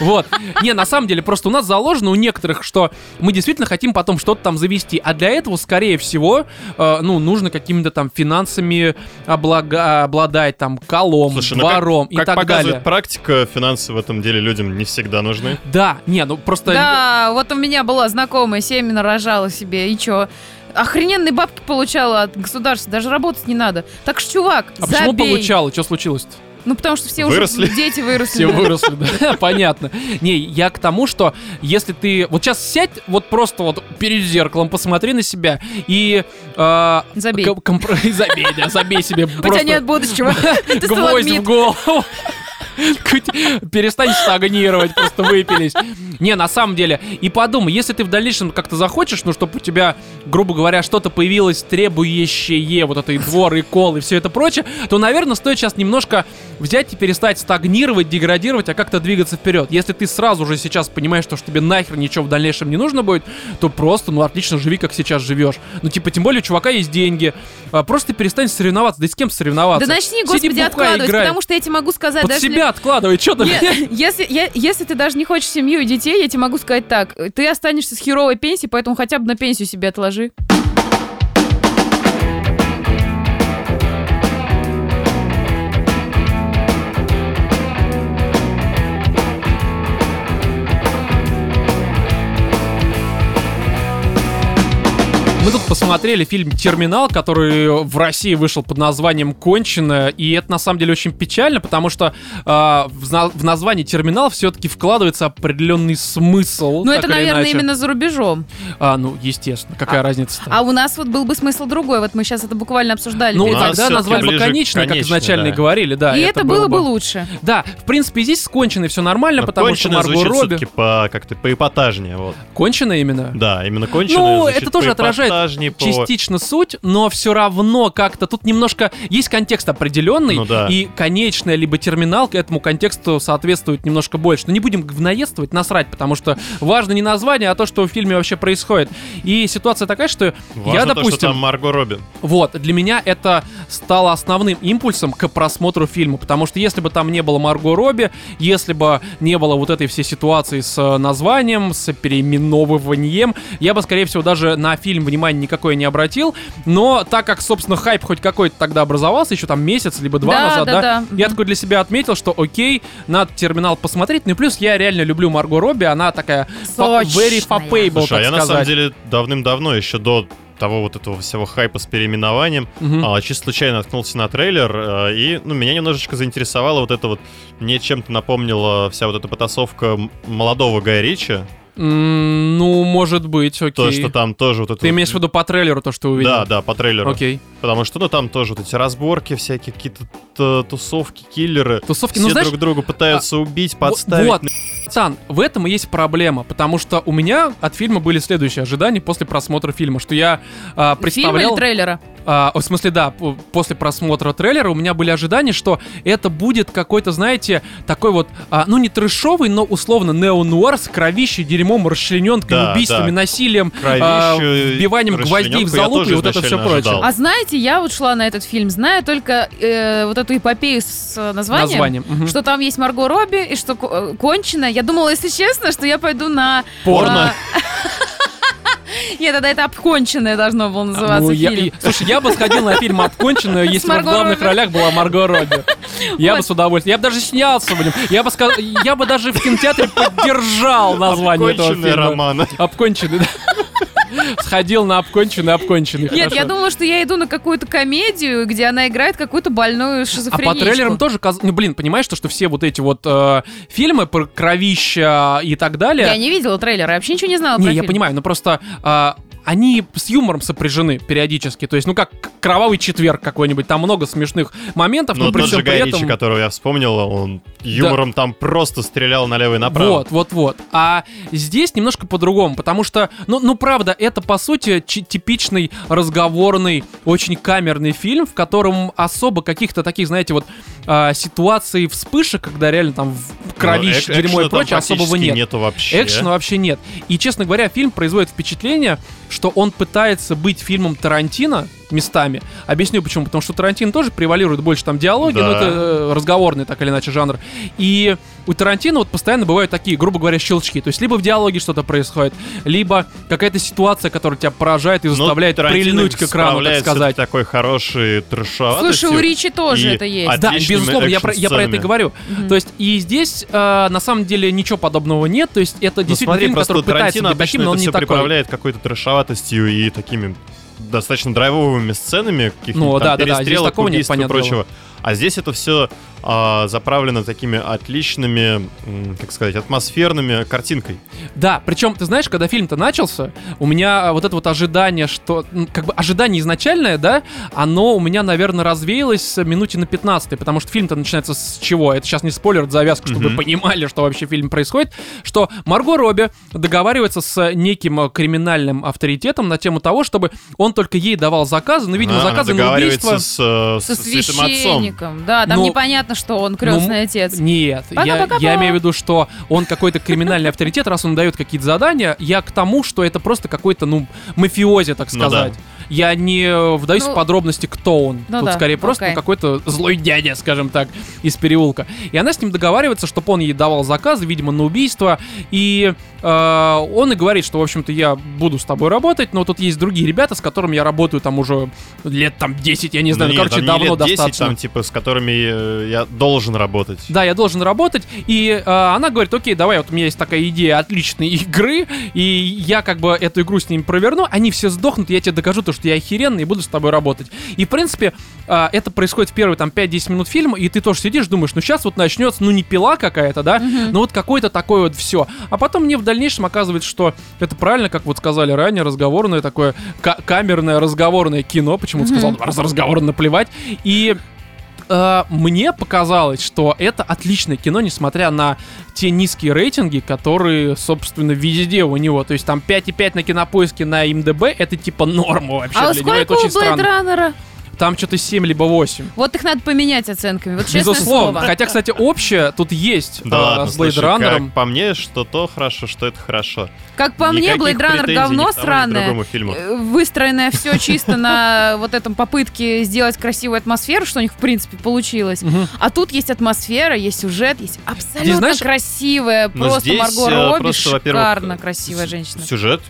Speaker 1: Вот. Не, на самом деле, просто у нас заложено у некоторых, что мы действительно хотим потом что-то там завести. А для этого, скорее всего, э, ну, нужно какими-то там финансами облага- обладать, там, колом,
Speaker 2: Слушай, ну как-
Speaker 1: двором и
Speaker 2: как
Speaker 1: так
Speaker 2: показывает
Speaker 1: далее.
Speaker 2: практика, финансы в этом деле людям не всегда нужны.
Speaker 1: Да, не, ну просто...
Speaker 3: Да, вот у меня была знакомая, семя рожала себе, и чё? Охрененные бабки получала от государства, даже работать не надо. Так что, чувак,
Speaker 1: А почему
Speaker 3: забей.
Speaker 1: получало? Что случилось-то?
Speaker 3: Ну, потому что все
Speaker 2: Выросли.
Speaker 3: уже дети выросли.
Speaker 1: Все выросли, да. Понятно. Не, я к тому, что если ты... Вот сейчас сядь вот просто вот перед зеркалом, посмотри на себя и... э,
Speaker 3: Забей.
Speaker 1: ком- компро- Забей, да, забей себе
Speaker 3: У тебя
Speaker 1: просто
Speaker 3: нет будущего. Ты
Speaker 1: гвоздь в
Speaker 3: сталагмит.
Speaker 1: голову. Хоть Перестань стагнировать, просто выпились. Не, на самом деле. И подумай, если ты в дальнейшем как-то захочешь, ну, чтобы у тебя, грубо говоря, что-то появилось требующее, вот это и двор, и кол, и все это прочее, то, наверное, стоит сейчас немножко взять и перестать стагнировать, деградировать, а как-то двигаться вперед. Если ты сразу же сейчас понимаешь, то, что тебе нахер ничего в дальнейшем не нужно будет, то просто, ну, отлично живи, как сейчас живешь. Ну, типа, тем более у чувака есть деньги. А, Просто перестань соревноваться. Да и с кем
Speaker 3: Да
Speaker 1: соревноваться?
Speaker 3: начни,
Speaker 1: Сиди,
Speaker 3: господи,
Speaker 1: бухай,
Speaker 3: откладывать,
Speaker 1: играй.
Speaker 3: потому что я тебе могу сказать,
Speaker 1: Под
Speaker 3: даже
Speaker 1: себя откладывай, что там?
Speaker 3: Е- Если, я- если ты даже не хочешь семью и детей, я тебе могу сказать так. Ты останешься с херовой пенсией, поэтому хотя бы на пенсию себе отложи.
Speaker 1: Мы тут посмотрели фильм «Терминал», который в России вышел под названием «Кончено», и это на самом деле очень печально, потому что э, в, на- в название «Терминал» все-таки вкладывается определенный смысл.
Speaker 3: Ну,
Speaker 1: так
Speaker 3: это,
Speaker 1: или
Speaker 3: наверное,
Speaker 1: иначе.
Speaker 3: именно за рубежом.
Speaker 1: А, ну, естественно, какая разница-то?
Speaker 3: А у нас вот был бы смысл другой. Вот мы сейчас а, это буквально обсуждали.
Speaker 1: ну,
Speaker 3: перед
Speaker 2: нас
Speaker 1: тогда
Speaker 2: всё-таки
Speaker 1: назвали бы
Speaker 2: ближе к
Speaker 1: конечное, как
Speaker 2: конечной,
Speaker 1: изначально и
Speaker 2: да.
Speaker 1: говорили, да.
Speaker 3: и это, было бы
Speaker 1: лучше.
Speaker 3: лучше.
Speaker 1: Да, в принципе, здесь с конченой все нормально,
Speaker 2: Но
Speaker 1: потому что
Speaker 2: «Конченое»
Speaker 1: Марго
Speaker 2: звучит
Speaker 1: Робби...
Speaker 2: всё-таки по как-то поэпатажнее, вот.
Speaker 1: Кончено именно?
Speaker 2: Да, именно конченое.
Speaker 1: Ну,
Speaker 2: звучит
Speaker 1: это тоже отражает
Speaker 2: поэпатажнее, по-
Speaker 1: частично суть, но все равно как-то тут немножко есть контекст определенный,
Speaker 2: Ну да.
Speaker 1: и конечная либо терминал к этому контексту соответствует немножко больше. Но не будем наедствовать, насрать, потому что важно не название, а то, что в фильме вообще происходит. И ситуация такая, что я,
Speaker 2: Важно то,
Speaker 1: допустим,
Speaker 2: что там Марго Робби.
Speaker 1: вот, для меня это стало основным импульсом к просмотру фильма, потому что если бы там не было Марго Робби, если бы не было вот этой всей ситуации с э, названием, с переименовыванием, я бы, скорее всего, даже на фильм внимания никакое не обратил, но так как, собственно, хайп хоть какой-то тогда образовался, еще там месяц, либо два
Speaker 3: Да,
Speaker 1: назад,
Speaker 3: да,
Speaker 1: да,
Speaker 3: да.
Speaker 1: я такой для себя отметил, что окей, надо терминал посмотреть, ну и плюс я реально люблю Марго Робби, она такая фа- very
Speaker 3: Сочная.
Speaker 1: fappable,
Speaker 2: Слушай, а
Speaker 1: так
Speaker 2: я на самом
Speaker 1: сказать.
Speaker 2: деле давным-давно, еще до того вот этого всего хайпа с переименованием,
Speaker 1: Мгм.
Speaker 2: а, чисто случайно наткнулся на трейлер, а, и ну, меня немножечко заинтересовало вот это вот, мне чем-то напомнила вся вот эта потасовка м- молодого Гая Ричи,
Speaker 1: М, ну, может быть, окей.
Speaker 2: то, что там тоже вот это...
Speaker 1: Ты
Speaker 2: вот-
Speaker 1: имеешь в виду по трейлеру то, что увидел?
Speaker 2: Да, да, по трейлеру.
Speaker 1: Окей.
Speaker 2: Потому что, ну, там тоже вот эти разборки всякие, какие-то т- тусовки, киллеры.
Speaker 1: Тусовки,
Speaker 2: Все
Speaker 1: ну знаешь,
Speaker 2: друг друга пытаются убить, подставить.
Speaker 1: вот, пацан, в этом и есть проблема, потому что у меня от фильма были следующие ожидания после просмотра фильма, что я а,
Speaker 3: Фильма или
Speaker 1: представлял,
Speaker 3: трейлера?
Speaker 1: а, о, в смысле, да, п- после просмотра трейлера у меня были ожидания, что это будет какой-то, знаете, такой вот, а, ну не трешовый, но условно неонуар с кровищей, дерьмом, расчлененкой,
Speaker 2: Да,
Speaker 1: убийствами,
Speaker 2: да.
Speaker 1: насилием,
Speaker 2: Кровищу,
Speaker 1: а, вбиванием гвоздей в
Speaker 2: расчлененку я
Speaker 1: залупы и
Speaker 2: тоже
Speaker 1: вот это все
Speaker 2: изначально
Speaker 1: прочее.
Speaker 2: ожидал.
Speaker 3: А знаете, я вот шла на этот фильм, зная только э, вот эту эпопею с э, названием.
Speaker 1: Названием. мгм.
Speaker 3: Что там есть Марго Робби и что ко- э, кончено. Я думала, если честно, что я пойду на...
Speaker 2: Порно.
Speaker 3: а, Нет, тогда это обконченное должно было называться
Speaker 1: Ну, я-
Speaker 3: фильм.
Speaker 1: и- слушай, я бы сходил на фильм «Обконченную»,
Speaker 3: С
Speaker 1: если бы в
Speaker 3: Марго
Speaker 1: главных
Speaker 3: Робби.
Speaker 1: ролях была Марго Робби. Я бы
Speaker 3: Вот.
Speaker 1: с удовольствием. Я бы даже снялся в нем. Я бы, сказ- я бы даже в кинотеатре поддержал название этого
Speaker 2: Конченые
Speaker 1: фильма.
Speaker 2: романы.
Speaker 1: «Обконченный», да. Сходил на «Обконченный», «Обконченный».
Speaker 3: Нет, я
Speaker 1: Хорошо.
Speaker 3: думала, что я иду на какую-то комедию, где она играет какую-то больную
Speaker 1: А
Speaker 3: шизофреничку.
Speaker 1: по трейлерам тоже казалось... Ну, блин, понимаешь, то, что все вот эти вот э, фильмы про кровища и так далее...
Speaker 3: Я не видела трейлера, я вообще ничего не знала
Speaker 1: Не,
Speaker 3: А, про
Speaker 1: я
Speaker 3: фильм.
Speaker 1: понимаю, но просто а, они с юмором сопряжены периодически. То есть, ну как кровавый четверг какой-нибудь, там много смешных моментов, но,
Speaker 2: Но
Speaker 1: при
Speaker 2: Ну, тот
Speaker 1: всем
Speaker 2: же
Speaker 1: при
Speaker 2: Гай
Speaker 1: этом.
Speaker 2: Ричи, которого я вспомнил, он юмором там просто стрелял налево и направо.
Speaker 1: Вот, вот, вот. А здесь немножко по-другому, потому что, ну, ну правда, это по сути чи- типичный разговорный, очень камерный фильм, в котором особо каких-то таких, знаете, вот а, ситуаций вспышек, когда реально там в
Speaker 2: Но
Speaker 1: кровище,
Speaker 2: эк-
Speaker 1: дерьмо и
Speaker 2: Ну, э, экшена там
Speaker 1: прочее, особого
Speaker 2: практически
Speaker 1: нет.
Speaker 2: нету вообще.
Speaker 1: Экшена вообще нет. И, честно говоря, фильм производит впечатление, что он пытается быть фильмом Тарантино местами. Объясню почему. Потому что Тарантино тоже превалирует больше там диалоги,
Speaker 2: Да.
Speaker 1: но это э, разговорный так или иначе жанр. И у Тарантино вот постоянно бывают такие, грубо говоря, щелчки. То есть либо в диалоге что-то происходит, либо какая-то ситуация, которая тебя поражает и
Speaker 2: Но
Speaker 1: заставляет
Speaker 2: Ну, Тарантино
Speaker 1: прильнуть к экрану, так
Speaker 2: справляется
Speaker 1: сказать.
Speaker 2: такой хороший трешоватостью.
Speaker 3: Слушай, у Ричи тоже
Speaker 2: и
Speaker 3: это есть.
Speaker 2: от-
Speaker 1: Да,
Speaker 2: отличными
Speaker 1: безусловно, я про, я про это и
Speaker 2: экшн-сценами.
Speaker 1: говорю. То есть, и здесь э, на самом деле ничего подобного нет. То есть, это
Speaker 2: Ну,
Speaker 1: действительно
Speaker 2: смотри,
Speaker 1: фильм,
Speaker 2: просто
Speaker 1: который пытается
Speaker 2: Тарантино
Speaker 1: быть таким,
Speaker 2: обычно
Speaker 1: но
Speaker 2: это
Speaker 1: он не
Speaker 2: все
Speaker 1: такой.
Speaker 2: приправляет какой-то трешоватостью и такими достаточно драйвовыми сценами, каких-нибудь
Speaker 1: Ну,
Speaker 2: там
Speaker 1: да, да, да, здесь
Speaker 2: перестрелок,
Speaker 1: такого нет,
Speaker 2: убийств и
Speaker 1: понятное
Speaker 2: прочего. А здесь это все заправлено такими отличными, м, как сказать, атмосферными картинкой.
Speaker 1: Да, причем, ты знаешь, когда фильм-то начался, у меня а, вот это вот ожидание, что... м, Как бы ожидание изначальное, да, оно у меня, наверное, развеялось э, минуте на 15 потому что фильм-то начинается с чего? Это сейчас не спойлер, это завязка, чтобы
Speaker 2: Мгм.
Speaker 1: вы понимали, что вообще в фильме происходит. Что Марго Робби договаривается с неким э, криминальным авторитетом на тему того, чтобы он только ей давал заказы, ну, видимо,
Speaker 2: Она- она
Speaker 1: заказы на убийство...
Speaker 2: договаривается с, э,
Speaker 3: Со
Speaker 2: с святым отцом.
Speaker 3: священником. Да, там
Speaker 1: Ну,
Speaker 3: непонятно, что он крестный
Speaker 1: ну,
Speaker 3: отец.
Speaker 1: Нет,
Speaker 3: Пока,
Speaker 1: я,
Speaker 3: пока,
Speaker 1: я
Speaker 3: пока.
Speaker 1: имею в виду, что он какой-то криминальный авторитет, раз он дает какие-то задания, я к тому, что это просто какой-то, ну, мафиози, так
Speaker 2: Ну да.
Speaker 1: сказать. Я не вдаюсь
Speaker 3: Ну,
Speaker 1: в подробности, кто он.
Speaker 3: ну
Speaker 1: Тут
Speaker 3: да,
Speaker 1: скорее просто ну,
Speaker 3: окей.
Speaker 1: какой-то злой дядя, скажем так, из переулка. И она с ним договаривается, чтобы он ей давал заказы, видимо, на убийство. И э, он и говорит, что, в общем-то, я буду с тобой работать, но тут есть другие ребята, с которыми я работаю там уже лет там 10, я не знаю,
Speaker 2: Ну,
Speaker 1: ну,
Speaker 2: нет,
Speaker 1: короче,
Speaker 2: там не
Speaker 1: давно
Speaker 2: лет 10,
Speaker 1: достаточно.
Speaker 2: там, типа, с которыми э, я должен работать.
Speaker 1: Да, я должен работать. И э, она говорит, окей, давай, вот у меня есть такая идея отличной игры, и я как бы эту игру с ними проверну, они все сдохнут, я тебе докажу то, что я охеренный, и буду с тобой работать. И, в принципе, э, это происходит в первые там 5-10 минут фильма, и ты тоже сидишь, думаешь, ну сейчас вот начнется, ну не пила какая-то, да, ну вот какое-то такое вот все. А потом мне в дальнейшем оказывается, что это правильно, как вот сказали ранее, разговорное такое, ка- камерное разговорное кино, почему-то сказал, раз разговор наплевать, и э, мне показалось, что это отличное кино, несмотря на те низкие рейтинги, которые, собственно, везде у него. То есть там 5,5 на кинопоиске на МДБ это типа норма вообще.
Speaker 3: А
Speaker 1: для него это
Speaker 3: сколько у
Speaker 1: очень
Speaker 3: Blade
Speaker 1: странно.
Speaker 3: Runner?
Speaker 1: Там что-то 7 либо 8.
Speaker 3: Вот их надо поменять оценками. Вот честное
Speaker 1: Безусловно.
Speaker 3: слово.
Speaker 1: Хотя, кстати, общее тут есть
Speaker 2: Да
Speaker 1: э,
Speaker 2: ладно,
Speaker 1: с Blade
Speaker 2: слушай, как
Speaker 1: Runner.
Speaker 2: по мне, что то хорошо, что это хорошо.
Speaker 3: Как по мне,
Speaker 2: Никаких
Speaker 3: Blade Runner
Speaker 2: претензий ни
Speaker 3: говно
Speaker 2: к тому, ни к
Speaker 3: сраное.
Speaker 2: другому
Speaker 1: Ну.
Speaker 2: фильму.
Speaker 3: Э, Выстроенное все чисто на вот этом попытке сделать красивую атмосферу, что у них в принципе получилось.
Speaker 1: Мгм.
Speaker 3: А тут есть атмосфера, есть сюжет, есть абсолютно
Speaker 1: знаешь,
Speaker 3: красивая,
Speaker 2: ну,
Speaker 3: просто
Speaker 2: здесь,
Speaker 3: Марго
Speaker 2: э,
Speaker 3: Робби,
Speaker 2: просто, во-первых, э,
Speaker 3: шикарно
Speaker 1: э,
Speaker 3: красивая
Speaker 2: С-
Speaker 3: женщина.
Speaker 2: Сюжет.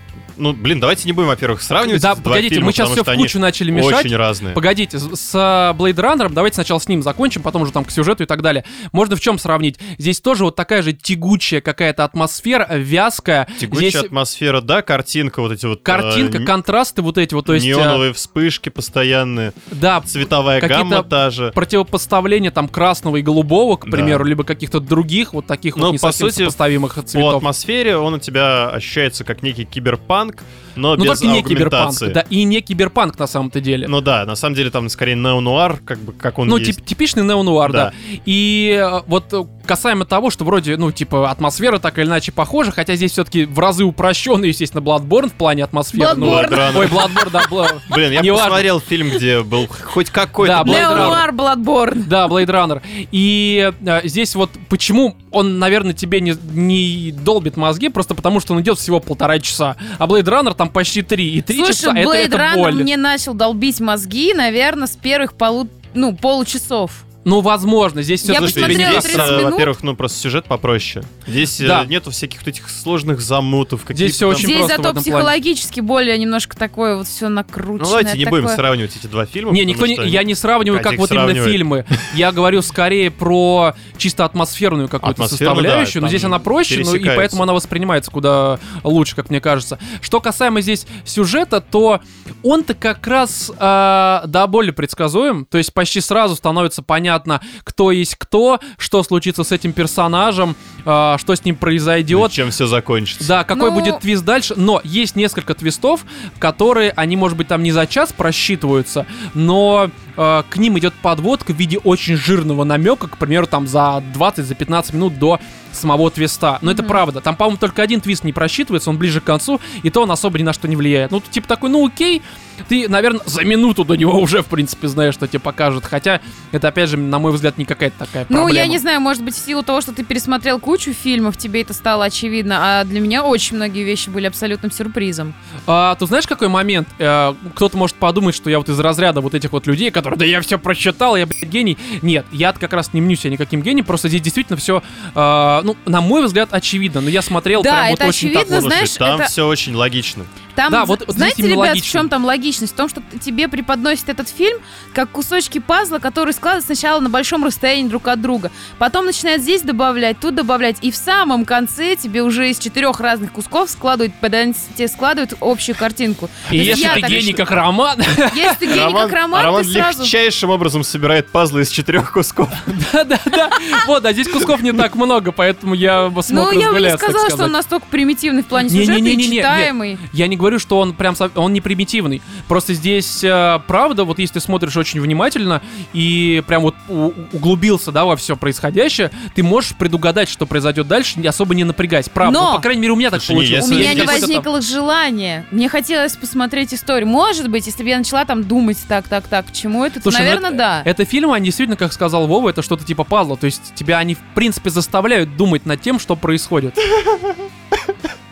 Speaker 2: Ну, блин, давайте не будем, во-первых, сравнивать
Speaker 1: Да,
Speaker 2: А эти два
Speaker 1: погодите,
Speaker 2: фильма,
Speaker 1: мы сейчас
Speaker 2: потому
Speaker 1: все в
Speaker 2: что они
Speaker 1: кучу начали мешать.
Speaker 2: Очень разные.
Speaker 1: Погодите, с- с э, Blade Runner, давайте сначала с ним закончим, потом уже там к сюжету и так далее. Можно в чем сравнить? Здесь тоже вот такая же тягучая какая-то атмосфера, э, вязкая.
Speaker 2: Тягучая
Speaker 1: Здесь
Speaker 2: атмосфера, да, картинка вот эти вот... э,
Speaker 1: картинка,
Speaker 2: н-
Speaker 1: контрасты вот эти вот, то есть... э,
Speaker 2: Неоновые вспышки постоянные,
Speaker 1: Да,
Speaker 2: цветовая
Speaker 1: Какие-то
Speaker 2: гамма та же.
Speaker 1: противопоставление там красного и голубого, к
Speaker 2: Да.
Speaker 1: примеру, либо каких-то других вот таких
Speaker 2: Ну,
Speaker 1: вот не
Speaker 2: по
Speaker 1: совсем
Speaker 2: сути,
Speaker 1: сопоставимых
Speaker 2: По
Speaker 1: цветов.
Speaker 2: атмосфере он у тебя ощущается как некий киберпанк, но
Speaker 1: Ну
Speaker 2: без
Speaker 1: только не киберпанк,
Speaker 2: аугментации.
Speaker 1: да, и не киберпанк на самом-то деле.
Speaker 2: Ну да, на самом деле там скорее неонуар, как бы как он
Speaker 1: Ну,
Speaker 2: есть.
Speaker 1: тип- типичный неонуар, да.
Speaker 2: Да.
Speaker 1: И э, вот э, касаемо того, что вроде, ну, типа, атмосфера так или иначе похожа, хотя здесь все-таки в разы упрощенный, естественно, Bloodborne в плане атмосферы. Ну,
Speaker 3: Bloodborne.
Speaker 2: Bloodrunner.
Speaker 1: Ой, Bloodborne, да, Bla-
Speaker 2: Блин, я
Speaker 1: неважно.
Speaker 2: посмотрел фильм, где был хоть
Speaker 1: Да,
Speaker 2: какой-то...
Speaker 1: Blade Runner.
Speaker 3: Леонуар Бладборн.
Speaker 1: Да, Blade Runner. И э, здесь вот почему он, наверное, тебе не, не долбит мозги, просто потому что он идет всего полтора часа. А Blade Runner там почти три. И три часа
Speaker 3: Слушай,
Speaker 1: это,
Speaker 3: Blade
Speaker 1: это
Speaker 3: Runner
Speaker 1: боль.
Speaker 3: мне начал долбить мозги, наверное, с первых полу... ну, получасов.
Speaker 1: Ну, возможно, здесь все
Speaker 3: Я
Speaker 2: Слушай,
Speaker 3: посмотрела
Speaker 2: здесь,
Speaker 3: 30
Speaker 2: э,
Speaker 3: минут.
Speaker 2: во-первых, ну просто сюжет попроще. Здесь э,
Speaker 1: Да.
Speaker 2: нету всяких вот этих сложных замутов. каких-то
Speaker 1: всё
Speaker 2: там-
Speaker 1: очень
Speaker 3: Здесь
Speaker 1: просто в
Speaker 3: зато
Speaker 1: этом плане.
Speaker 3: психологически более немножко такое вот все накрученное.
Speaker 2: Ну давайте не будем
Speaker 3: такое.
Speaker 2: сравнивать эти два фильма.
Speaker 1: Не,
Speaker 2: потому
Speaker 1: никто не,
Speaker 2: что
Speaker 1: я не сравниваю, как
Speaker 2: Катик
Speaker 1: вот именно
Speaker 2: сравнивает.
Speaker 1: фильмы. Я говорю скорее про чисто атмосферную какую-то
Speaker 2: Атмосферную, да,
Speaker 1: составляющую, но
Speaker 2: там
Speaker 1: здесь она проще, ну, и
Speaker 2: пересекается.
Speaker 1: поэтому она воспринимается куда лучше, как мне кажется. Что касаемо здесь сюжета, то он-то как раз э, до боли предсказуем, то есть почти сразу становится понятно, кто есть кто, что случится с этим персонажем, э, что с ним произойдет,
Speaker 2: Чем все закончится.
Speaker 1: да, какой
Speaker 3: Ну-
Speaker 1: будет твист дальше, но есть несколько твистов, которые они, может быть, там не за час просчитываются, но э, к ним идет подводка в виде очень жирного намека, к примеру, там за 20-15 минут до самого твиста. Но это правда. Там, по-моему, только один твист не просчитывается, он ближе к концу, и то он особо ни на что не влияет. Ну, ты типа такой, ну окей, ты, наверное, за минуту до него уже, в принципе, знаешь, что тебе покажут. Хотя это, опять же, на мой взгляд, не какая-то такая
Speaker 3: Ну,
Speaker 1: проблема.
Speaker 3: я не знаю, может быть, в силу того, что ты пересмотрел кучу фильмов, тебе это стало очевидно, а для меня очень многие вещи были абсолютным сюрпризом.
Speaker 1: А, ты знаешь, какой момент? Э, кто-то может подумать, что я вот из разряда вот этих вот людей, которые, да я все прочитал, я, блядь, гений. Нет, я как раз не мню себя никаким гением, просто здесь действительно все, ну, на мой взгляд, очевидно, но я смотрел
Speaker 3: Да,
Speaker 1: прям вот
Speaker 3: это
Speaker 1: очень так
Speaker 3: очевидно,
Speaker 1: вот.
Speaker 2: Слушай,
Speaker 3: знаешь,
Speaker 2: там
Speaker 3: это-
Speaker 2: все очень логично.
Speaker 3: Там,
Speaker 1: Да,
Speaker 3: з-
Speaker 1: вот- вот
Speaker 3: знаете,
Speaker 1: действительно
Speaker 3: ребят, в
Speaker 1: логично.
Speaker 3: чем там логичность? В том, что т- тебе преподносит этот фильм как кусочки пазла, которые складываются сначала на большом расстоянии друг от друга, потом начинают здесь добавлять, тут добавлять, и в самом конце тебе уже из четырех разных кусков складывают, подань- тебе складывают общую картинку.
Speaker 1: И
Speaker 3: То есть
Speaker 1: если
Speaker 3: я
Speaker 1: ты
Speaker 3: так
Speaker 1: гений,
Speaker 3: считаю.
Speaker 1: как Роман,
Speaker 3: Если ты гений, как роман,
Speaker 2: Роман
Speaker 3: ты сразу...
Speaker 2: легчайшим образом собирает пазлы из четырех кусков.
Speaker 1: да-да-да, вот, а здесь кусков не так много, поэтому я
Speaker 3: Ну,
Speaker 1: смог
Speaker 3: я бы не
Speaker 1: разгуляться, так
Speaker 3: сказала, что
Speaker 1: сказать.
Speaker 3: он настолько примитивный в плане
Speaker 1: Не-не-не-не-не,
Speaker 3: сюжета и
Speaker 1: нет.
Speaker 3: читаемый.
Speaker 1: Я не говорю, что он прям со- он не примитивный. Просто здесь э, правда, вот если ты смотришь очень внимательно и прям вот у- углубился, да, во все происходящее, ты можешь предугадать, что произойдет дальше, не- особо не напрягаясь. Правда,
Speaker 3: Но!
Speaker 1: ну, по крайней мере, у меня так
Speaker 2: Слушай, не,
Speaker 1: получилось.
Speaker 2: если
Speaker 3: У меня
Speaker 2: есть
Speaker 3: не
Speaker 2: какой-то
Speaker 3: возникло желания. Мне хотелось посмотреть историю. Может быть, если бы я начала там думать так, так, так, к чему это, то,
Speaker 1: Слушай, ну
Speaker 3: наверное,
Speaker 1: это-
Speaker 3: да.
Speaker 1: Это фильмы, они действительно, как сказал Вова, это что-то типа пазла. То есть тебя они, в принципе, заставляют думать над тем, что происходит.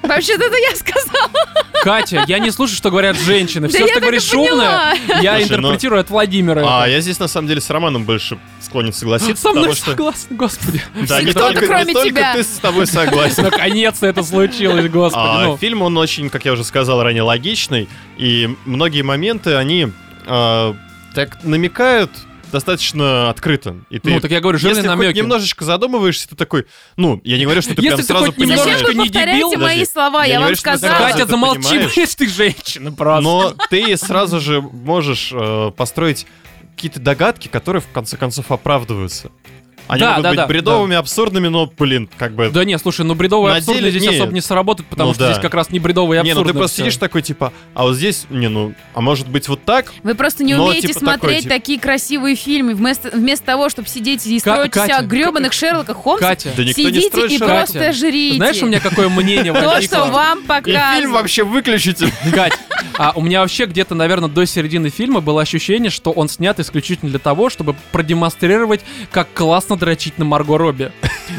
Speaker 3: Вообще-то это я сказала.
Speaker 1: Катя, я не слушаю, что говорят женщины.
Speaker 3: Да
Speaker 1: Все,
Speaker 3: я
Speaker 1: что
Speaker 3: так и
Speaker 1: говоришь
Speaker 3: поняла.
Speaker 1: шумное, я
Speaker 2: Слушай, ну-
Speaker 1: интерпретирую от Владимира.
Speaker 2: А я здесь на самом деле с Романом больше склонен согласиться,
Speaker 1: Со мной
Speaker 2: потому что...
Speaker 1: согласен, господи.
Speaker 2: Да, не
Speaker 3: Кто-то,
Speaker 2: только, не
Speaker 3: кроме
Speaker 2: только
Speaker 3: тебя.
Speaker 2: ты с тобой согласен.
Speaker 1: Наконец-то это случилось, господи.
Speaker 2: А,
Speaker 1: ну.
Speaker 2: Фильм, он очень, как я уже сказал ранее, логичный, и многие моменты, они а, так намекают достаточно открыто. И ты,
Speaker 1: Ну, так я говорю, жирные
Speaker 2: если хоть
Speaker 1: намеки.
Speaker 2: немножечко задумываешься, ты такой, ну, я не говорю, что ты
Speaker 1: Если
Speaker 2: прям
Speaker 1: ты
Speaker 2: сразу
Speaker 1: хоть немножечко
Speaker 2: понимаешь,
Speaker 3: Зачем вы
Speaker 1: не дебил?
Speaker 3: повторяете мои
Speaker 2: Подожди.
Speaker 3: слова?
Speaker 2: Я
Speaker 3: я
Speaker 2: не
Speaker 3: вам
Speaker 2: говорю, что мы
Speaker 1: Да,
Speaker 3: сказала.
Speaker 2: согласны.
Speaker 1: Катя,
Speaker 2: ты
Speaker 1: замолчи,
Speaker 2: понимаешь.
Speaker 1: блядь, ты женщина просто.
Speaker 2: но ты сразу же можешь э, построить какие-то догадки, которые в конце концов оправдываются. Они
Speaker 1: Да,
Speaker 2: могут
Speaker 1: да,
Speaker 2: быть
Speaker 1: да,
Speaker 2: бредовыми, абсурдными, но, блин, как бы...
Speaker 1: Да не, слушай, ну бредовые
Speaker 2: На
Speaker 1: абсурды
Speaker 2: деле
Speaker 1: здесь
Speaker 2: нет.
Speaker 1: особо не сработают, потому
Speaker 2: Ну
Speaker 1: что
Speaker 2: да.
Speaker 1: здесь как раз не бредовые и
Speaker 2: не,
Speaker 1: абсурдные.
Speaker 2: ну ты просто
Speaker 1: всё.
Speaker 2: сидишь такой, типа, а вот здесь, не, ну, а может быть вот так?
Speaker 3: Вы просто не
Speaker 2: Но,
Speaker 1: Ну,
Speaker 3: умеете
Speaker 2: типа, такой,
Speaker 3: смотреть
Speaker 2: типа-
Speaker 3: такие красивые фильмы. Вместо, вместо того, чтобы сидеть и
Speaker 1: Ка-
Speaker 3: строить
Speaker 1: Катя,
Speaker 3: себя гребаных Шерлоках Холмсов,
Speaker 1: Катя,
Speaker 2: Да никто не
Speaker 3: сидите
Speaker 2: строит
Speaker 3: и
Speaker 2: Шерлока.
Speaker 3: просто жрите.
Speaker 1: знаешь, у меня какое мнение
Speaker 3: то, что
Speaker 1: возникло?
Speaker 3: вам
Speaker 2: И фильм
Speaker 3: показывают.
Speaker 2: вообще выключите.
Speaker 1: Кать, а у меня вообще где-то, наверное, до середины фильма было ощущение, что он снят исключительно для того, чтобы продемонстрировать, как классно дрочить на Марго Робби.